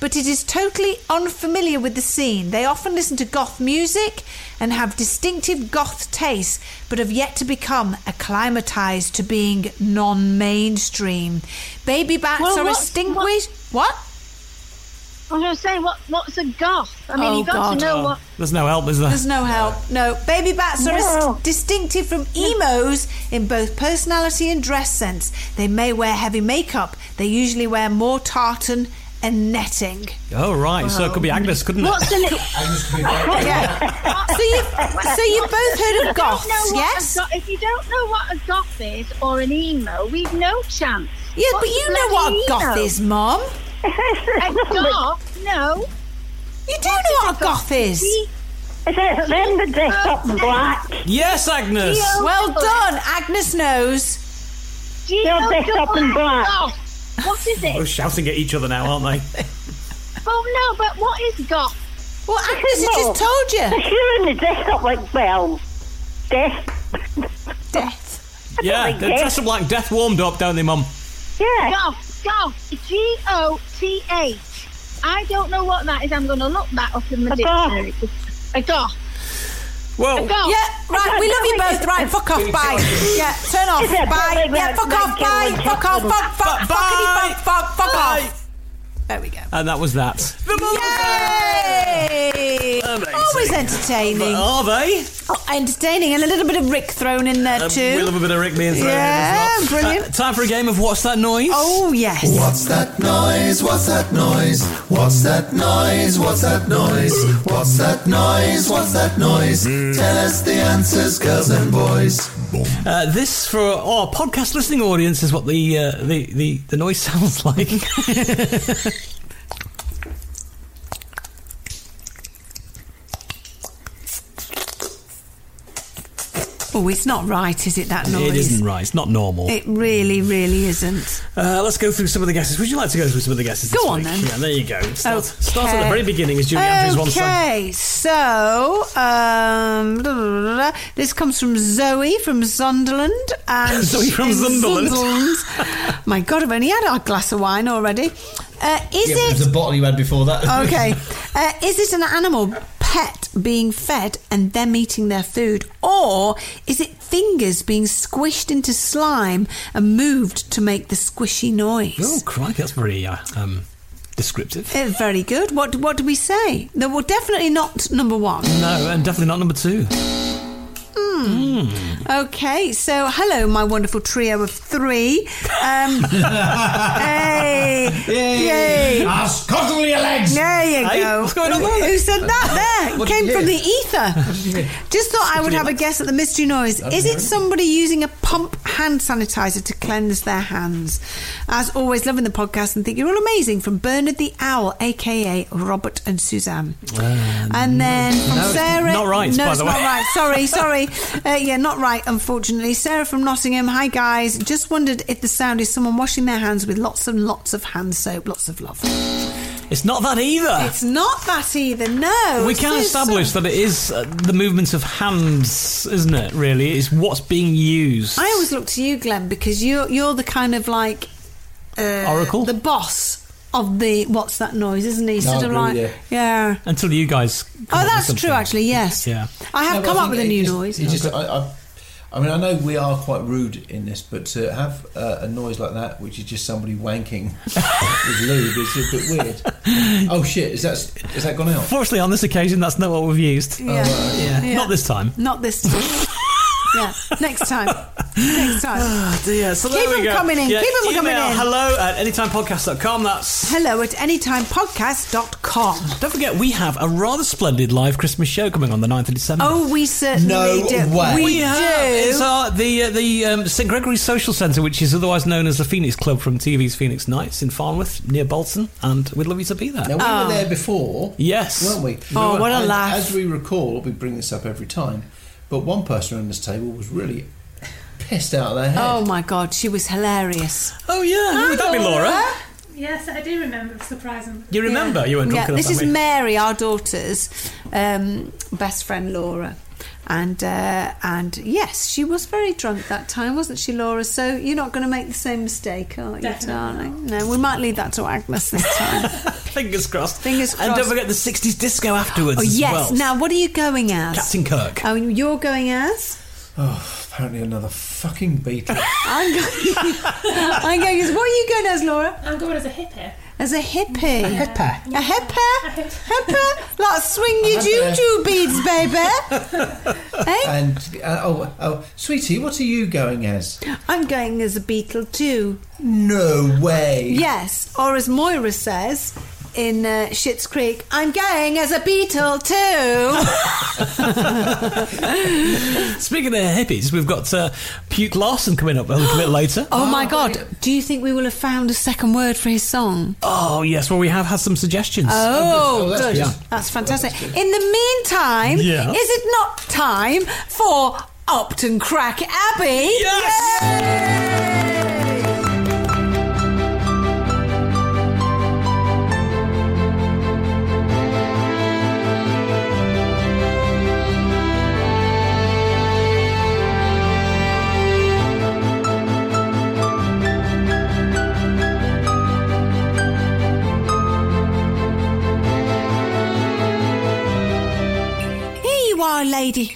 Speaker 4: But it is totally unfamiliar with the scene. They often listen to goth music and have distinctive goth tastes, but have yet to become acclimatized to being non mainstream. Baby bats
Speaker 11: Well,
Speaker 4: are
Speaker 11: what-
Speaker 4: extinguished. what?
Speaker 11: I was going to say, what what's a goth? I mean,
Speaker 4: Oh,
Speaker 11: you've got
Speaker 4: God.
Speaker 11: to know what.
Speaker 3: There's no help, is there?
Speaker 4: There's no help. No. Baby bats are
Speaker 13: No.
Speaker 4: as distinctive from emos in both personality and dress sense. They may wear heavy makeup. They usually wear more tartan and netting.
Speaker 3: Oh, right. So it could be Agnes, couldn't it?
Speaker 4: What's the yeah. So you so you both heard of goths, yes?
Speaker 11: if you don't know what a goth is or an emo, we've no chance.
Speaker 4: Yeah, but you know what a goth is, Mum.
Speaker 11: a goth? No.
Speaker 4: You do know what a goth is. Uh,
Speaker 13: Is it them that dress up in black?
Speaker 3: Yes, Agnes.
Speaker 4: Well done, Agnes knows.
Speaker 13: They're dressed up in black.
Speaker 11: Oh, What is
Speaker 3: We're
Speaker 11: it?
Speaker 3: shouting at each other now, aren't they?
Speaker 11: Well, Oh, no, but what is goth?
Speaker 4: Well, Agnes has just told you.
Speaker 13: The human is dressed up like, well, death.
Speaker 3: yeah,
Speaker 11: like
Speaker 3: they're
Speaker 11: death.
Speaker 3: dressed up like death warmed up, don't they, Mum?
Speaker 13: Yeah.
Speaker 11: Goth, goth, G O T H. I don't know what that is. I'm going to look that up in the
Speaker 4: A goth.
Speaker 11: dictionary. A goth.
Speaker 3: Well,
Speaker 11: A goth.
Speaker 4: Yeah, right, we love you both. Right, fuck off, bye. Yeah, turn off,
Speaker 11: Is it
Speaker 4: bye.
Speaker 11: something
Speaker 4: Yeah,
Speaker 11: like-
Speaker 4: fuck
Speaker 11: like
Speaker 4: off, bye.
Speaker 11: Gillian
Speaker 4: Fuck off,
Speaker 11: Chapman?
Speaker 4: fuck, fuck, fuck, fuck, fuck off. There we go.
Speaker 3: And that was that.
Speaker 4: Yay! Always entertaining.
Speaker 3: Are they?
Speaker 4: Oh, entertaining, and a little bit of Rick thrown in there
Speaker 3: Um,
Speaker 4: too.
Speaker 3: we love a bit of Rick being thrown
Speaker 4: Yeah,
Speaker 3: in as well.
Speaker 4: brilliant.
Speaker 3: Uh, time for a game of What's That Noise?
Speaker 4: Oh, yes.
Speaker 7: What's that noise? What's that noise? What's that noise? What's that noise? What's that noise? What's that noise?
Speaker 3: Hmm. Mm.
Speaker 7: Tell us the answers, girls and boys.
Speaker 3: Uh, this for our podcast listening audience is what the uh, the, the the noise sounds like.
Speaker 4: Oh, it's not right, is it, that noise?
Speaker 3: It isn't right. It's not normal.
Speaker 4: It really, really isn't.
Speaker 3: Uh, let's go through some of the guesses. Would you like to go through some of the guesses?
Speaker 4: Go
Speaker 3: this
Speaker 4: on
Speaker 3: week?
Speaker 4: then.
Speaker 3: Yeah, there you go. Start,
Speaker 4: Okay.
Speaker 3: start at the very beginning as Julie Andrews once said.
Speaker 4: Okay, so um, blah, blah, blah, blah. this comes from Zoe from Sunderland and
Speaker 3: Zoe from
Speaker 4: in
Speaker 3: Sunderland.
Speaker 4: Sunderland. My God, I've only had our glass of wine already. Uh, is
Speaker 14: but
Speaker 4: it
Speaker 14: a bottle you had before that.
Speaker 4: okay? Uh, is it an animal pet being fed and them eating their food, or is it fingers being squished into slime and moved to make the squishy noise?
Speaker 3: Oh, crikey, that's very uh, um, descriptive.
Speaker 4: Uh, very good. What what do we say? No, well, definitely not number one.
Speaker 3: No, and definitely not number two.
Speaker 4: Hmm. Okay, so hello, my wonderful trio of three. Um, hey,
Speaker 7: Yay. I'll scuttle your legs.
Speaker 4: There you
Speaker 7: Hey,
Speaker 4: go.
Speaker 7: what's going on there?
Speaker 4: Who said that? There,
Speaker 7: What
Speaker 4: It
Speaker 7: did
Speaker 4: came
Speaker 7: you
Speaker 4: from the
Speaker 7: hear?
Speaker 4: ether. Just thought I
Speaker 7: What
Speaker 4: would
Speaker 7: did you
Speaker 4: have a
Speaker 7: hear?
Speaker 4: guess at the mystery noise.
Speaker 7: That's
Speaker 4: Is it
Speaker 7: very-
Speaker 4: somebody using a pump hand sanitizer to cleanse their hands? As always, loving the podcast and think you're all amazing. From Bernard the Owl, aka Robert and Suzanne.
Speaker 3: Uh,
Speaker 4: And then from
Speaker 3: No, it's
Speaker 4: Sarah.
Speaker 3: not right,
Speaker 4: No,
Speaker 3: by
Speaker 4: it's
Speaker 3: the
Speaker 4: not
Speaker 3: way.
Speaker 4: right. Sorry, sorry. Uh, yeah, not right, unfortunately. Sarah from Nottingham. Hi, guys. Just wondered if the sound is someone washing their hands with lots and lots of hand soap. Lots of love.
Speaker 3: It's not that either.
Speaker 4: It's not that either, no.
Speaker 3: we
Speaker 4: It's
Speaker 3: can
Speaker 4: so
Speaker 3: establish that it is uh, the movement of hands, isn't it? Really, it's what's being used.
Speaker 4: I always look to you, Glenn, because you're you're the kind of like uh,
Speaker 3: Oracle?
Speaker 4: the boss of the what's that noise, isn't he?
Speaker 3: No, I
Speaker 4: Sort of
Speaker 3: agree
Speaker 4: like,
Speaker 3: with you.
Speaker 4: yeah.
Speaker 3: Until you guys.
Speaker 4: Oh, that's true, actually. Yes,
Speaker 3: Yeah.
Speaker 4: I have
Speaker 5: No, but
Speaker 4: come
Speaker 5: I think
Speaker 4: up with a
Speaker 5: it
Speaker 4: new
Speaker 5: just-
Speaker 4: noise.
Speaker 5: it just- I, I, I mean, I know we are quite rude in this, but to have uh, a noise like that, which is just somebody wanking with lube, is a bit weird. Oh shit! Is that is that gone out?
Speaker 3: Fortunately, on this occasion, that's not what we've used.
Speaker 4: Yeah. Oh, right. Yeah.
Speaker 3: Not this time.
Speaker 4: Not this time. yeah, next time. Next time.
Speaker 3: dear. So
Speaker 4: Keep
Speaker 3: there we
Speaker 4: them
Speaker 3: go.
Speaker 4: coming in.
Speaker 3: Yeah,
Speaker 4: Keep them coming
Speaker 3: email
Speaker 4: in.
Speaker 3: Hello at anytimepodcast.com. That's.
Speaker 4: Hello at anytimepodcast.com.
Speaker 3: Don't forget, we have a rather splendid live Christmas show coming on the 9th of December.
Speaker 4: Oh, we certainly do. We, do.
Speaker 3: have. It's our, the uh, the um, St Gregory's Social Centre, which is otherwise known as the Phoenix Club from TV's Phoenix Nights in Farnworth, near Bolton, and we'd love you to be there.
Speaker 5: Now we
Speaker 4: Oh.
Speaker 5: were there before,
Speaker 3: Yes.
Speaker 5: weren't we?
Speaker 3: Oh, what a
Speaker 5: and
Speaker 3: laugh.
Speaker 5: As we recall, we bring this up every time, but one person around this table was really pissed out of their head.
Speaker 4: Oh my God, she was hilarious.
Speaker 3: Oh yeah, who would that be, Laura?
Speaker 6: Yes, I do remember, surprisingly.
Speaker 3: uh, You remember you were drunk
Speaker 4: yeah,
Speaker 3: enough,
Speaker 4: this is
Speaker 3: weren't we?
Speaker 4: Mary, our daughter's um, best friend, Laura. And uh, and yes, she was very drunk that time, wasn't she, Laura? So you're not going to make the same mistake, are you,
Speaker 6: Definitely
Speaker 4: darling? No, we might leave that to Agnes this time.
Speaker 3: Fingers crossed.
Speaker 4: Fingers
Speaker 3: And don't
Speaker 4: crossed.
Speaker 3: forget the 60s disco afterwards
Speaker 4: oh
Speaker 3: as
Speaker 4: yes.
Speaker 3: well.
Speaker 4: Now, what are you going as?
Speaker 3: Captain Kirk.
Speaker 4: Oh, you're going as?
Speaker 5: Oh, apparently another fucking beetle.
Speaker 4: I'm going. I'm going as. What are you going as, Laura?
Speaker 6: I'm going as a hippie.
Speaker 4: A As a hippie.
Speaker 14: A hippie.
Speaker 4: A hippie. hippie. Like swing your juju beads, baby.
Speaker 5: And uh, oh, oh, sweetie, what are you going as?
Speaker 4: I'm going as a beetle too.
Speaker 5: No way.
Speaker 4: Yes, or as Moira says in uh, Schitt's Creek, I'm going as a beetle too.
Speaker 3: Speaking of hippies, we've got uh, Puke Larson coming up a little bit later.
Speaker 4: Oh my God! Do you think we will have found a second word for his song?
Speaker 3: Oh, yes. Well, we have had some suggestions.
Speaker 4: Oh, good.
Speaker 3: Yeah.
Speaker 4: That's, fantastic. In the meantime,
Speaker 3: Yeah.
Speaker 4: is it not time for Upton Crack Abbey? Yes! Here you are, lady.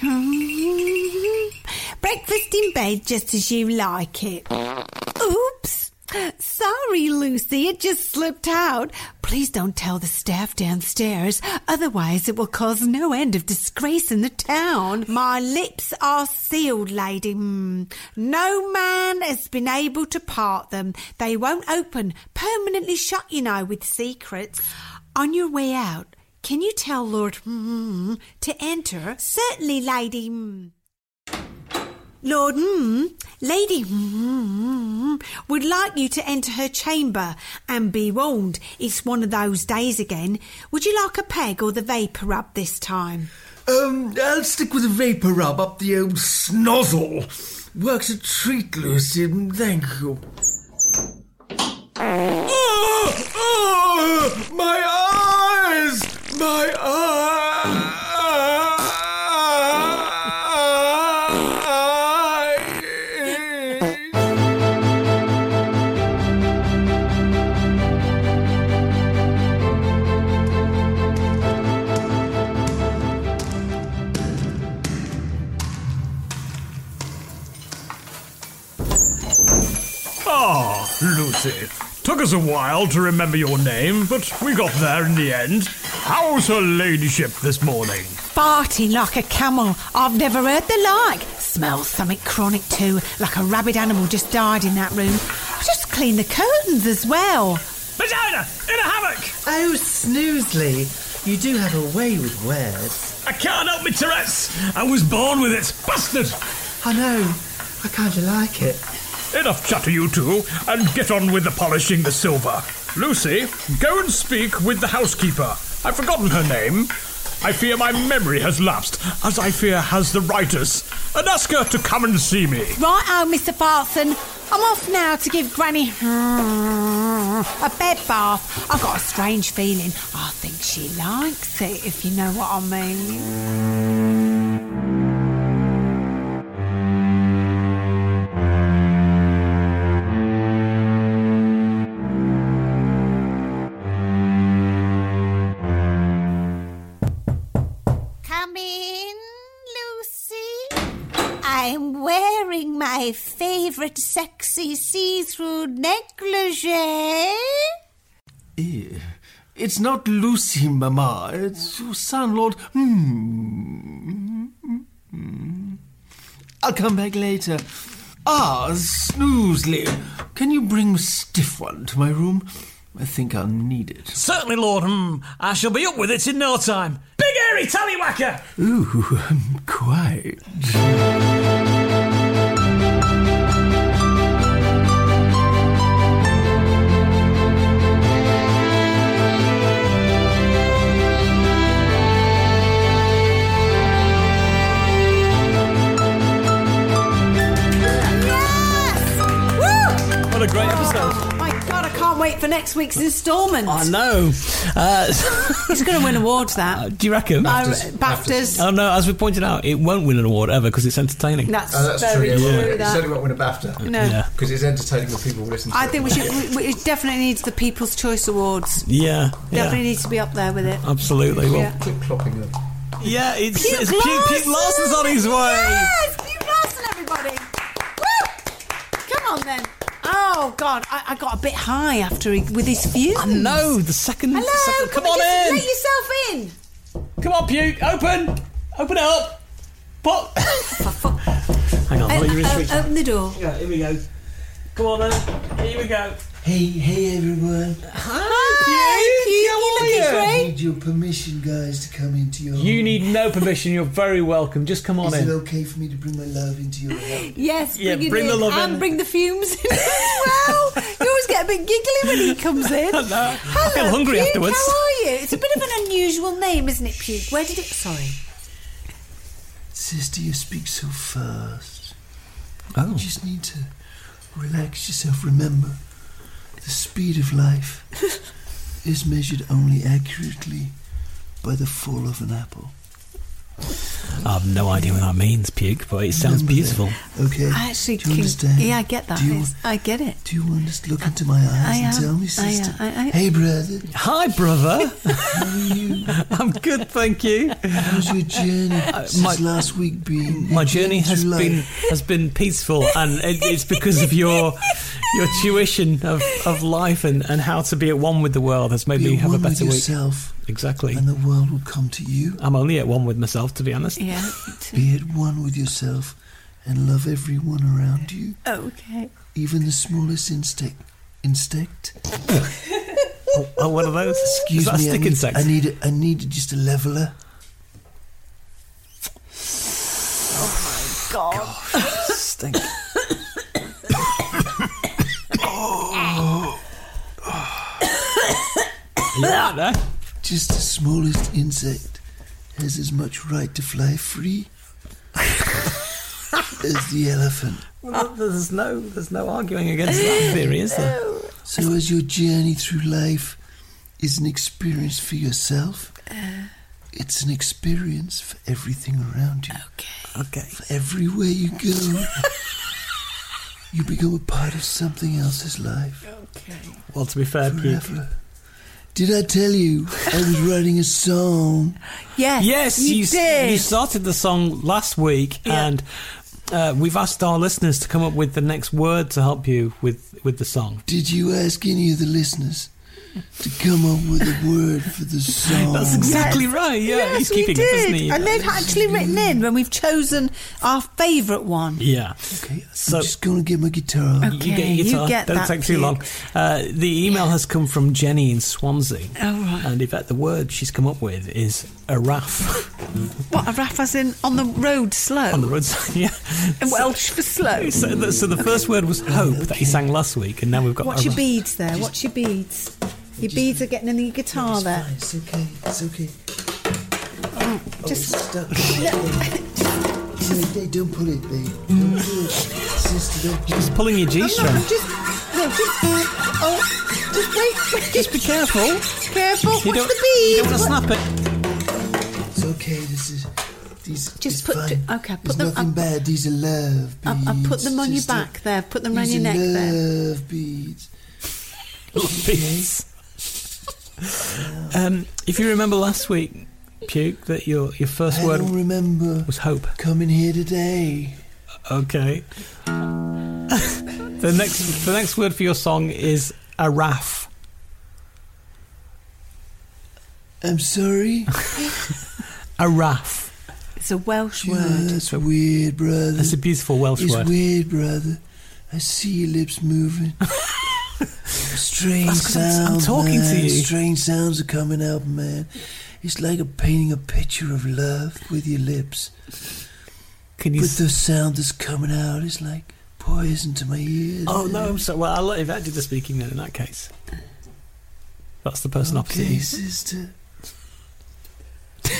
Speaker 4: Breakfast in bed just as you like it. Oops. Sorry, Lucy, it just slipped out. Please don't tell the staff downstairs, otherwise, it will cause no end of disgrace in the town. My lips are sealed, lady. Mm. No man has been able to part them. They won't open, permanently shut, you know, with secrets. On your way out, can you tell Lord mm, to enter? Certainly, Lady. Mm. Lord mm, Lady mm, would like you to enter her chamber and be warned it's one of those days again. Would you like a peg or the vapour up this time?
Speaker 14: Um, I'll stick with a vapor rub up the old snozzle. Works a treat, Lucy. Thank you. Oh, oh, my eyes! My eyes!
Speaker 15: Ah, Lucy. Took us a while to remember your name, but we got there in the end. How's her ladyship this morning?
Speaker 4: Farting like a camel, I've never heard the like. Smells something chronic too, like a rabid animal just died in that room. I just cleaned the curtains as well.
Speaker 15: Vagina! In a hammock!
Speaker 14: Oh, Snoosley, you do have a way with words.
Speaker 15: I can't help me, Tourette's! I was born with it! Bastard!
Speaker 14: I know. I kind of like it.
Speaker 15: Enough chatter, you two, and get on with the polishing the silver. Lucy, go and speak with the housekeeper. I've forgotten her name. I fear my memory has lapsed, as I fear has the writer's, and ask her to come and see me.
Speaker 4: Right oh, Mr. Fartson. I'm off now to give Granny a bed bath. I've got a strange feeling. I think she likes it, if you know what I mean. Come in, Lucy. I'm wearing my favourite sexy see through negligee.
Speaker 14: Ew. Eh, It's not Lucy, Mama. It's your son, Lord. Hmm. Hmm. I'll come back later. Ah, Snoosley, can you bring Stiff One to my room? I think I'll need it.
Speaker 3: Certainly, Lord. Hmm, I shall be up with it in no time. Big airy tallywhacker!
Speaker 14: Ooh, quite.
Speaker 3: What a great episode.
Speaker 4: Oh My God, I can't wait for next week's instalment.
Speaker 3: I know. Uh,
Speaker 4: He's going to win awards, that.
Speaker 3: Do you reckon?
Speaker 4: I- BAFTAs. BAFTAs.
Speaker 3: Oh, no, as we pointed out, it won't win an award ever because it's entertaining.
Speaker 4: That's Oh, that's very true, yeah. true, that.
Speaker 5: It's certainly won't win a BAFTA.
Speaker 4: No. Yeah.
Speaker 5: Because it's entertaining when people listen to
Speaker 4: I
Speaker 5: it.
Speaker 4: think we should. We, we it definitely needs the People's Choice Awards.
Speaker 3: Yeah.
Speaker 4: Definitely needs to be up there with it.
Speaker 3: Absolutely. Well,
Speaker 4: Yeah.
Speaker 5: Clip clopping them.
Speaker 3: Yeah, it's,
Speaker 4: Pete
Speaker 3: it's Pete, Pete
Speaker 4: Lawson!
Speaker 3: Larson's on his way.
Speaker 4: Yes, Pete Larson, everybody. Woo! Come on then. Oh, Oh God, I, I got a bit high after he, with his fumes. I
Speaker 3: know the second.
Speaker 4: Hello,
Speaker 3: second-
Speaker 4: come,
Speaker 3: come on
Speaker 4: just
Speaker 3: in.
Speaker 4: Let yourself in.
Speaker 3: Come on, Pew. Open. Open it up. Pop. Hang on,
Speaker 16: Um,
Speaker 3: what are you in
Speaker 4: Uh, uh, open the door.
Speaker 3: Yeah, here we go. Come on then. Here we go.
Speaker 16: Hey, hey everyone.
Speaker 4: Hi, Pew. How
Speaker 16: I need your permission, guys, to come into your
Speaker 3: You need no permission. You're very welcome. Just come on
Speaker 16: Is
Speaker 3: in.
Speaker 16: it okay for me to bring my love into your home?
Speaker 4: Yes,
Speaker 3: Yeah,
Speaker 4: bring it
Speaker 3: bring
Speaker 4: in
Speaker 3: the love
Speaker 4: and
Speaker 3: in.
Speaker 4: bring the fumes in as well. You always get a bit giggly when he comes in.
Speaker 3: Hello,
Speaker 4: Hello,
Speaker 3: feel hungry
Speaker 4: Puke,
Speaker 3: afterwards.
Speaker 4: How are you? It's a bit of an unusual name, isn't it, Puke? Where did it? Sorry.
Speaker 16: Sister, you speak so fast.
Speaker 3: Oh.
Speaker 16: You just need to relax yourself. Remember, the speed of life is measured only accurately by the fall of an apple.
Speaker 3: I've no idea what that means, Puke, but it sounds beautiful.
Speaker 16: Okay.
Speaker 4: I actually
Speaker 16: Do you
Speaker 4: can-
Speaker 16: understand?
Speaker 4: Yeah, I get that.
Speaker 16: Do you,
Speaker 4: It's- I get it.
Speaker 16: do you want us to look into my eyes
Speaker 4: I
Speaker 16: and
Speaker 4: am-
Speaker 16: tell me,
Speaker 4: I
Speaker 16: sister?
Speaker 4: am- I- I-
Speaker 16: hey, brother.
Speaker 3: Hi, brother. I'm good, thank you. Uh,
Speaker 16: How's your journey since last week been?
Speaker 3: My journey has
Speaker 16: July.
Speaker 3: been has been peaceful, and it, it's because of your your tuition of, of life and, and how to be at one with the world has made
Speaker 16: Be
Speaker 3: me
Speaker 16: at
Speaker 3: have a
Speaker 16: one with
Speaker 3: better week.
Speaker 16: yourself,
Speaker 3: Exactly.
Speaker 16: and the world will come to you.
Speaker 3: I'm only at one with myself, to be honest.
Speaker 4: Yeah.
Speaker 16: Be at one with yourself and love everyone around you,
Speaker 4: Okay.
Speaker 16: even the smallest instinct. Insect?
Speaker 3: oh, oh, one of those?
Speaker 16: Excuse
Speaker 3: Is that a
Speaker 16: me.
Speaker 3: stick
Speaker 16: I need,
Speaker 3: insect?
Speaker 16: I need, a, I need just a leveler.
Speaker 4: God.
Speaker 3: Stink.
Speaker 16: Just the smallest insect has as much right to fly free as the elephant.
Speaker 3: Well, there's no there's no arguing against that theory, is there?
Speaker 16: So, as your journey through life is an experience for yourself,
Speaker 4: Uh,
Speaker 16: it's an experience for everything around you.
Speaker 3: Okay.
Speaker 16: For everywhere you go, you become a part of something else's life.
Speaker 3: Well, to be fair, Puke.
Speaker 16: Forever. Did I tell you I was writing a song?
Speaker 4: Yes.
Speaker 3: Yes, you, s-
Speaker 4: did.
Speaker 3: you started the song last week, and uh, we've asked our listeners to come up with the next word to help you with, with the song.
Speaker 16: Did you ask any of the listeners to come up with a word for the song?
Speaker 3: That's exactly right. Yeah,
Speaker 4: Yes,
Speaker 3: he's
Speaker 4: we
Speaker 3: keeping
Speaker 4: did.
Speaker 3: it, isn't he?
Speaker 4: And they've actually written in when we've chosen our favourite one.
Speaker 3: Yeah.
Speaker 16: Okay.
Speaker 3: So
Speaker 16: I'm just going to get my guitar.
Speaker 4: Okay,
Speaker 3: you get your
Speaker 4: you
Speaker 3: guitar.
Speaker 4: get
Speaker 3: Don't
Speaker 4: that,
Speaker 3: take too
Speaker 4: Puke.
Speaker 3: long. Uh, the email has come from Jenny in Swansea.
Speaker 4: Oh, right.
Speaker 3: And Yvette, the word she's come up with is a raff
Speaker 4: What a raff as in on the road slow.
Speaker 3: on the roadside. yeah.
Speaker 4: And Welsh for slow.
Speaker 3: So the, so the first word was hope that he sang last week, and now we've got
Speaker 4: Watch your
Speaker 3: a
Speaker 4: beads there. Watch your beads. Your beads are getting in your guitar there.
Speaker 16: It's okay. It's okay.
Speaker 4: Just
Speaker 16: Stop. Hey, Oh, don't pull it, babe. Don't pull it. Sister, don't pull it.
Speaker 3: She's pulling your G
Speaker 4: no,
Speaker 3: string.
Speaker 4: I'm just no, just uh, oh, just wait. Just
Speaker 3: be careful.
Speaker 4: Careful.
Speaker 3: You
Speaker 4: Watch
Speaker 3: don't-
Speaker 4: the
Speaker 3: you
Speaker 4: beads.
Speaker 3: don't wanna
Speaker 4: What-
Speaker 3: snap it.
Speaker 16: It's okay. This is. These,
Speaker 4: Just
Speaker 16: it's
Speaker 4: put
Speaker 16: fine.
Speaker 4: th- okay, put
Speaker 16: There's
Speaker 4: them-
Speaker 16: nothing
Speaker 4: I'll-
Speaker 16: bad. These are love beads.
Speaker 4: I'll, I'll put them on your
Speaker 16: sister.
Speaker 4: back there. Put them around
Speaker 16: These
Speaker 4: your
Speaker 16: are
Speaker 4: neck there.
Speaker 16: Love beads.
Speaker 3: Beats. um, if you remember last week, Puke, that your your first
Speaker 16: I
Speaker 3: word
Speaker 16: don't remember
Speaker 3: was hope.
Speaker 16: coming here today.
Speaker 3: Okay. the next the next word for your song is a raff.
Speaker 16: I'm sorry.
Speaker 3: A raff.
Speaker 4: It's a Welsh
Speaker 16: Yeah,
Speaker 4: word.
Speaker 16: that's weird, brother.
Speaker 3: That's a beautiful Welsh
Speaker 16: it's
Speaker 3: word.
Speaker 16: weird, brother. I see your lips moving. Strange
Speaker 3: That's 'cause I'm- I'm
Speaker 16: sounds.
Speaker 3: talking to
Speaker 16: man.
Speaker 3: you.
Speaker 16: Strange sounds are coming out, man. It's like a painting a picture of love with your lips.
Speaker 3: Can you?
Speaker 16: But
Speaker 3: s-
Speaker 16: the sound that's coming out is like poison to my ears.
Speaker 3: oh
Speaker 16: man.
Speaker 3: no! I'm sorry. Well, I'll let Yvette do the speaking then. In that case, that's the person opposite
Speaker 16: Okay,
Speaker 3: you.
Speaker 16: sister.
Speaker 4: Have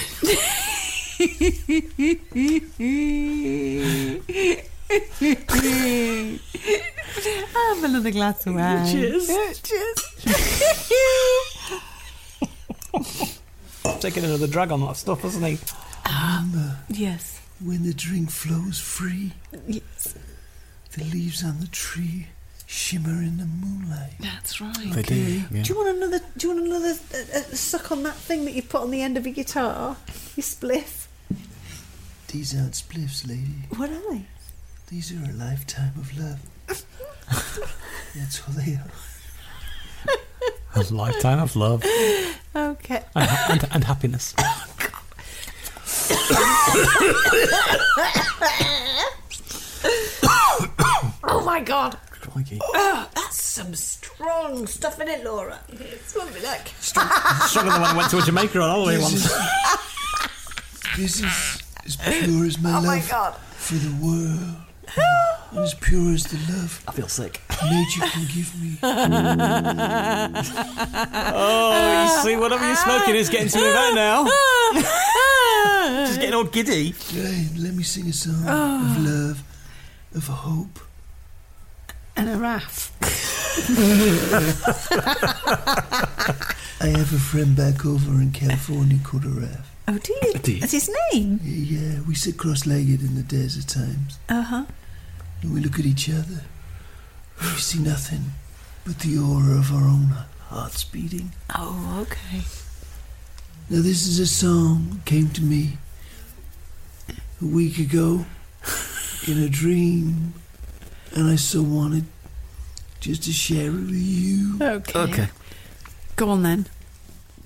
Speaker 4: another glass of wine.
Speaker 3: Cheers.
Speaker 4: Cheers.
Speaker 3: Taking another drag on that stuff, isn't he?
Speaker 4: yes.
Speaker 16: When the drink flows free,
Speaker 4: Yes.
Speaker 16: the leaves on the tree shimmer in the moonlight.
Speaker 4: That's right.
Speaker 3: They do. yeah.
Speaker 4: Do you want another? Do you want another uh, uh, suck on that thing that you put on the end of your guitar? Your spliff.
Speaker 16: These aren't spliffs, lady.
Speaker 4: What are they?
Speaker 16: These are a lifetime of love. That's who they are.
Speaker 3: A lifetime of love
Speaker 4: Okay.
Speaker 3: and, ha- and, and happiness.
Speaker 4: oh my god.
Speaker 16: Crikey.
Speaker 4: Oh, that's some strong stuff in it, Laura. It's what we like.
Speaker 3: Stronger than when I went to a Jamaica on holiday
Speaker 16: This
Speaker 3: once.
Speaker 16: is- This is as pure as my
Speaker 4: Oh my
Speaker 16: love
Speaker 4: God.
Speaker 16: for the world. And as pure as the love I feel sick. nature can give me.
Speaker 3: Mm. oh, you see, whatever you're smoking is getting to me right now. Just getting all giddy.
Speaker 16: Hey, let me sing a song
Speaker 4: Oh.
Speaker 16: of love, of hope.
Speaker 4: And a raff.
Speaker 16: I have a friend back over in California called a Raph.
Speaker 4: Oh dear.
Speaker 16: Dear.
Speaker 4: That's his name.
Speaker 16: Yeah, we sit cross-legged in the desert times,
Speaker 4: Uh huh.
Speaker 16: and we look at each other. and We see nothing but the aura of our own hearts beating.
Speaker 4: Oh, okay.
Speaker 16: Now, this is a song that came to me a week ago in a dream, and I so wanted just to share it with you.
Speaker 4: Okay. Go on then.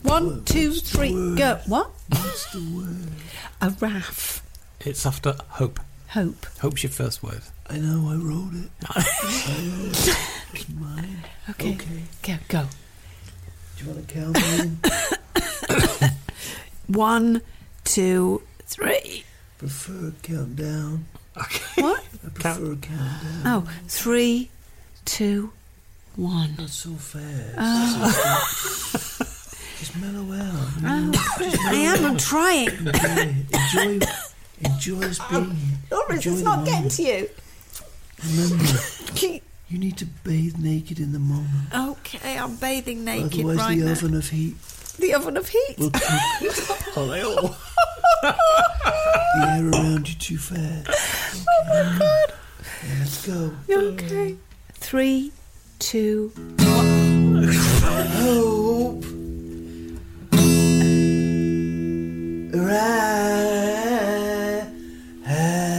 Speaker 4: One, two, three, go. What? What's the word? A raff.
Speaker 3: It's after hope.
Speaker 4: Hope.
Speaker 3: Hope's your first word.
Speaker 16: I know I wrote it. I wrote it. It's mine.
Speaker 4: Okay. Go, go.
Speaker 16: Do you want to count me in?
Speaker 4: One, two, three.
Speaker 16: Prefer countdown.
Speaker 4: What?
Speaker 16: I prefer countdown.
Speaker 4: Oh, three, two, one.
Speaker 16: Not so fast.
Speaker 4: Oh.
Speaker 16: Just mellow out. you
Speaker 4: Oh,
Speaker 16: know, just
Speaker 4: I
Speaker 16: mellow
Speaker 4: am. I'm
Speaker 16: out.
Speaker 4: trying.
Speaker 16: Yeah, enjoy, enjoy us being. enjoy
Speaker 4: Laura, Um, it's
Speaker 16: the
Speaker 4: not getting
Speaker 16: moment.
Speaker 4: to you.
Speaker 16: Remember, you need to bathe naked in the moment.
Speaker 4: Ah, Okay, I'm bathing naked
Speaker 16: Otherwise,
Speaker 4: right
Speaker 16: the
Speaker 4: now.
Speaker 16: oven of heat
Speaker 4: The oven of heat.
Speaker 16: will cook
Speaker 4: Oh,
Speaker 3: the
Speaker 16: air around you too fast.
Speaker 4: Oh my god.
Speaker 16: Okay, let's go.
Speaker 4: Okay. Three, two,
Speaker 16: Hope. Right.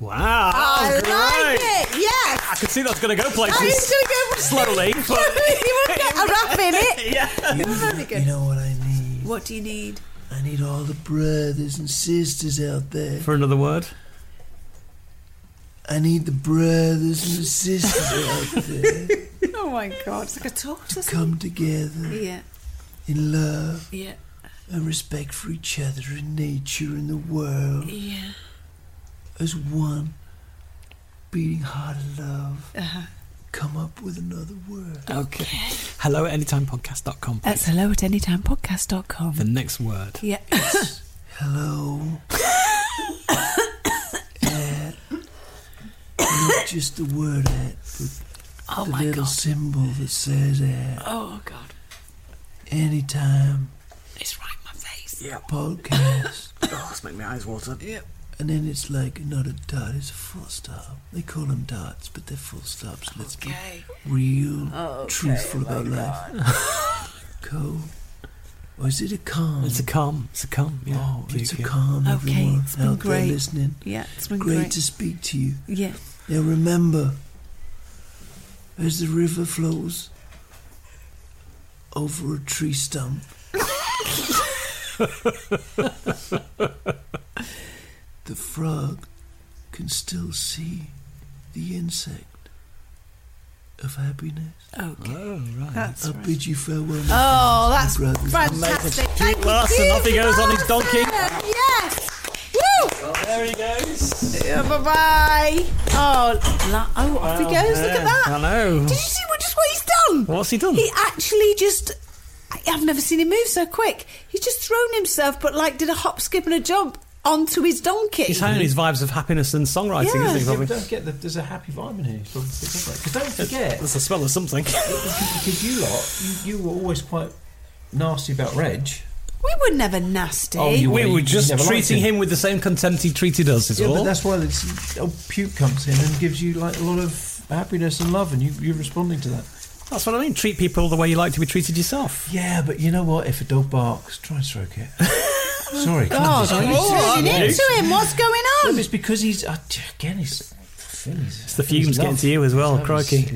Speaker 3: Wow.
Speaker 4: I
Speaker 3: that was
Speaker 4: like
Speaker 3: great.
Speaker 4: it. Yes.
Speaker 3: I can see that's going to go
Speaker 4: Oh,
Speaker 3: places.
Speaker 4: it's gonna go
Speaker 3: Slowly.
Speaker 4: places. you
Speaker 3: But
Speaker 4: want to a wrap in it?
Speaker 16: You,
Speaker 4: Very good.
Speaker 16: you know what I need?
Speaker 4: What do you need?
Speaker 16: I need all the brothers and sisters out there.
Speaker 3: For another word.
Speaker 16: I need the brothers and sisters out there
Speaker 4: Oh my god. It's like a talk to
Speaker 16: to come together
Speaker 4: Yeah.
Speaker 16: in love
Speaker 4: Yeah.
Speaker 16: and respect for each other and nature and the world
Speaker 4: Yeah.
Speaker 16: as one beating heart of love.
Speaker 4: Uh-huh.
Speaker 16: Come up with another word.
Speaker 3: Okay. Hello at anytimepodcast.com.
Speaker 4: That's hello at anytimepodcast.com.
Speaker 3: The next word.
Speaker 4: Yeah.
Speaker 16: Hello. at, not just the word at, but
Speaker 4: Oh
Speaker 16: the
Speaker 4: my
Speaker 16: little
Speaker 4: God.
Speaker 16: symbol that says at.
Speaker 4: Oh god.
Speaker 16: Anytime
Speaker 4: It's right in my face.
Speaker 3: Yeah.
Speaker 16: podcast.
Speaker 3: Oh, it's making my eyes water.
Speaker 4: Yep.
Speaker 16: And then it's like not a dot, it's a full stop. They call them dots, but they're full stops. Let's
Speaker 4: Okay.
Speaker 16: be real,
Speaker 3: Oh.
Speaker 4: Okay,
Speaker 16: truthful about life. Co. Or is it a calm?
Speaker 3: It's a calm. It's a calm. Yeah.
Speaker 16: Oh, it's a
Speaker 3: Puke, yeah.
Speaker 16: calm,
Speaker 4: Okay,
Speaker 16: everyone
Speaker 4: it's been
Speaker 16: out
Speaker 4: great.
Speaker 16: there listening.
Speaker 4: Yeah, it's been
Speaker 16: great
Speaker 4: great.
Speaker 16: to speak to you.
Speaker 4: Yeah.
Speaker 16: Now remember, as the river flows over a tree stump, the frog can still see the insect of happiness.
Speaker 4: Okay.
Speaker 3: Oh, right.
Speaker 4: That's
Speaker 16: I
Speaker 4: right.
Speaker 16: bid you farewell. my
Speaker 4: Oh, that's
Speaker 16: friends, my brothers.
Speaker 4: fantastic. Thank you,
Speaker 3: Larson, off he
Speaker 4: Steve
Speaker 3: goes on his donkey.
Speaker 4: Larson. Yes. Woo!
Speaker 3: There he goes.
Speaker 4: Yeah, bye bye. Oh, la- oh, off he
Speaker 3: Well,
Speaker 4: goes. Look
Speaker 3: yeah,
Speaker 4: at that.
Speaker 3: I know.
Speaker 4: Did you see what, just what he's done?
Speaker 3: What's he done?
Speaker 4: He actually just. I- I've never seen him move so quick. He's just thrown himself, but like did a hop, skip, and a jump onto his donkey.
Speaker 3: He's high on his vibes of happiness and songwriting,
Speaker 4: Yeah.
Speaker 3: isn't he?
Speaker 5: Yeah, but
Speaker 3: Probably?
Speaker 5: don't get the, there's a happy vibe in here. Because don't forget,
Speaker 3: That's the smell of something.
Speaker 5: because you lot, you, you were always quite nasty about Reg.
Speaker 4: We were never nasty.
Speaker 5: Oh, you-
Speaker 3: We
Speaker 5: Well,
Speaker 3: were
Speaker 5: you
Speaker 3: just
Speaker 5: never liked
Speaker 3: treating
Speaker 5: him.
Speaker 3: him with the same contempt he treated us, is
Speaker 5: Yeah, but
Speaker 3: all.
Speaker 5: that's why this old puke comes in and gives you like a lot of happiness and love, and you, you're responding to that.
Speaker 3: That's what I mean. Treat people the way you like to be treated yourself.
Speaker 5: Yeah, but you know what? If a dog barks, try and stroke it. Sorry.
Speaker 4: God, are you turning into him? What's going on?
Speaker 5: it's because he's uh, again. He's it's
Speaker 17: the fumes getting to you as well, crikey.
Speaker 4: Do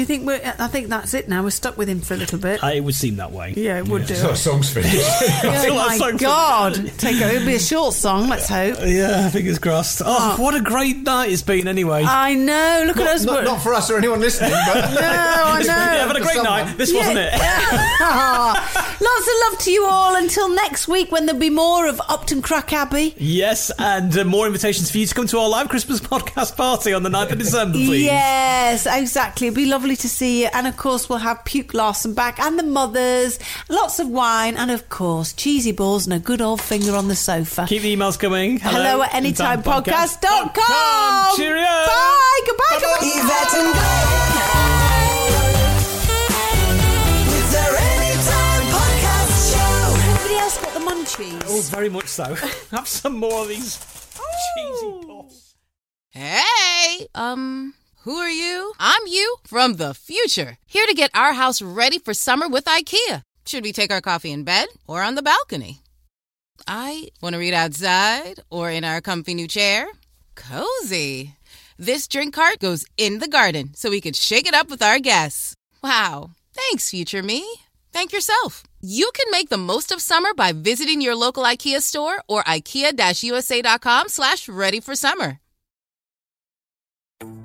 Speaker 4: you think we're? I think that's it now. We're stuck with him for a little bit.
Speaker 3: I, it would seem that way.
Speaker 4: Yeah, it would do.
Speaker 17: So our song's finished.
Speaker 4: Yeah,
Speaker 3: feel that
Speaker 4: my
Speaker 3: song-
Speaker 4: God, take it. It'll be a short song. Let's hope.
Speaker 3: Yeah, fingers crossed. Oh, what a great night it's been, anyway.
Speaker 4: I know. Look at us. we're-
Speaker 3: for us or anyone listening. But
Speaker 4: No, I know.
Speaker 3: having a great night. This
Speaker 4: Yeah.
Speaker 3: wasn't it.
Speaker 4: Lots of love to you all. Until next week, when there'll be more of Upton Crack Abbey.
Speaker 3: Yes, and uh, more invitations for you to come to our live Christmas podcast party on the 9th of December, please.
Speaker 4: Yes, exactly. It'd be lovely to see you. And of course, we'll have Puke Larson back and the mothers, lots of wine, and of course, cheesy balls and a good old finger on the sofa.
Speaker 3: Keep the emails coming.
Speaker 4: Hello, at anytimepodcast.com.
Speaker 3: Cheerio.
Speaker 4: Bye. Goodbye. Goodbye.
Speaker 8: Yvette and
Speaker 4: Is there any time podcast show? Anybody else got the munchies?
Speaker 3: Oh, very much so. Have some more of these cheesy puffs.
Speaker 18: Hey! Um, who are you? I'm you from the future, here to get our house ready for summer with IKEA. Should we take our coffee in bed or on the balcony? I want to read outside or in our comfy new chair. Cozy. This drink cart goes in the garden so we could shake it up with our guests. Wow. Thanks, future me. Thank yourself. You can make the most of summer by visiting your local IKEA store or ikea-usa.com slash ready for summer.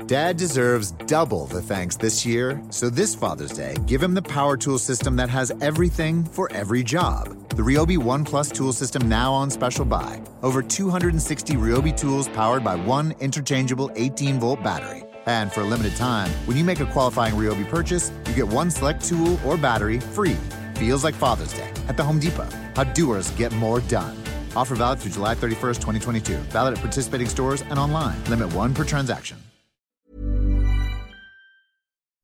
Speaker 19: Dad deserves double the thanks this year, so this Father's Day, give him the power tool system that has everything for every job. The Ryobi One Plus tool system now on special buy. Over 260 Ryobi tools powered by one interchangeable 18 volt battery. And for a limited time, when you make a qualifying Ryobi purchase, you get one select tool or battery free. Feels like Father's Day at the Home Depot. How doers get more done. Offer valid through July 31st, 2022. Valid at participating stores and online. Limit one per transaction.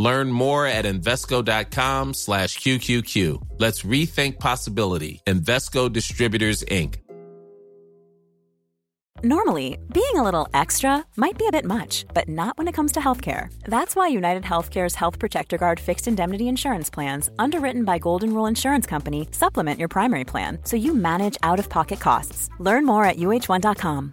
Speaker 9: Learn more at Invesco.com slash QQQ. Let's rethink possibility. Invesco Distributors, Inc.
Speaker 20: Normally, being a little extra might be a bit much, but not when it comes to healthcare. That's why United Healthcare's Health Protector Guard fixed indemnity insurance plans, underwritten by Golden Rule Insurance Company, supplement your primary plan so you manage out of pocket costs. Learn more at uh1.com.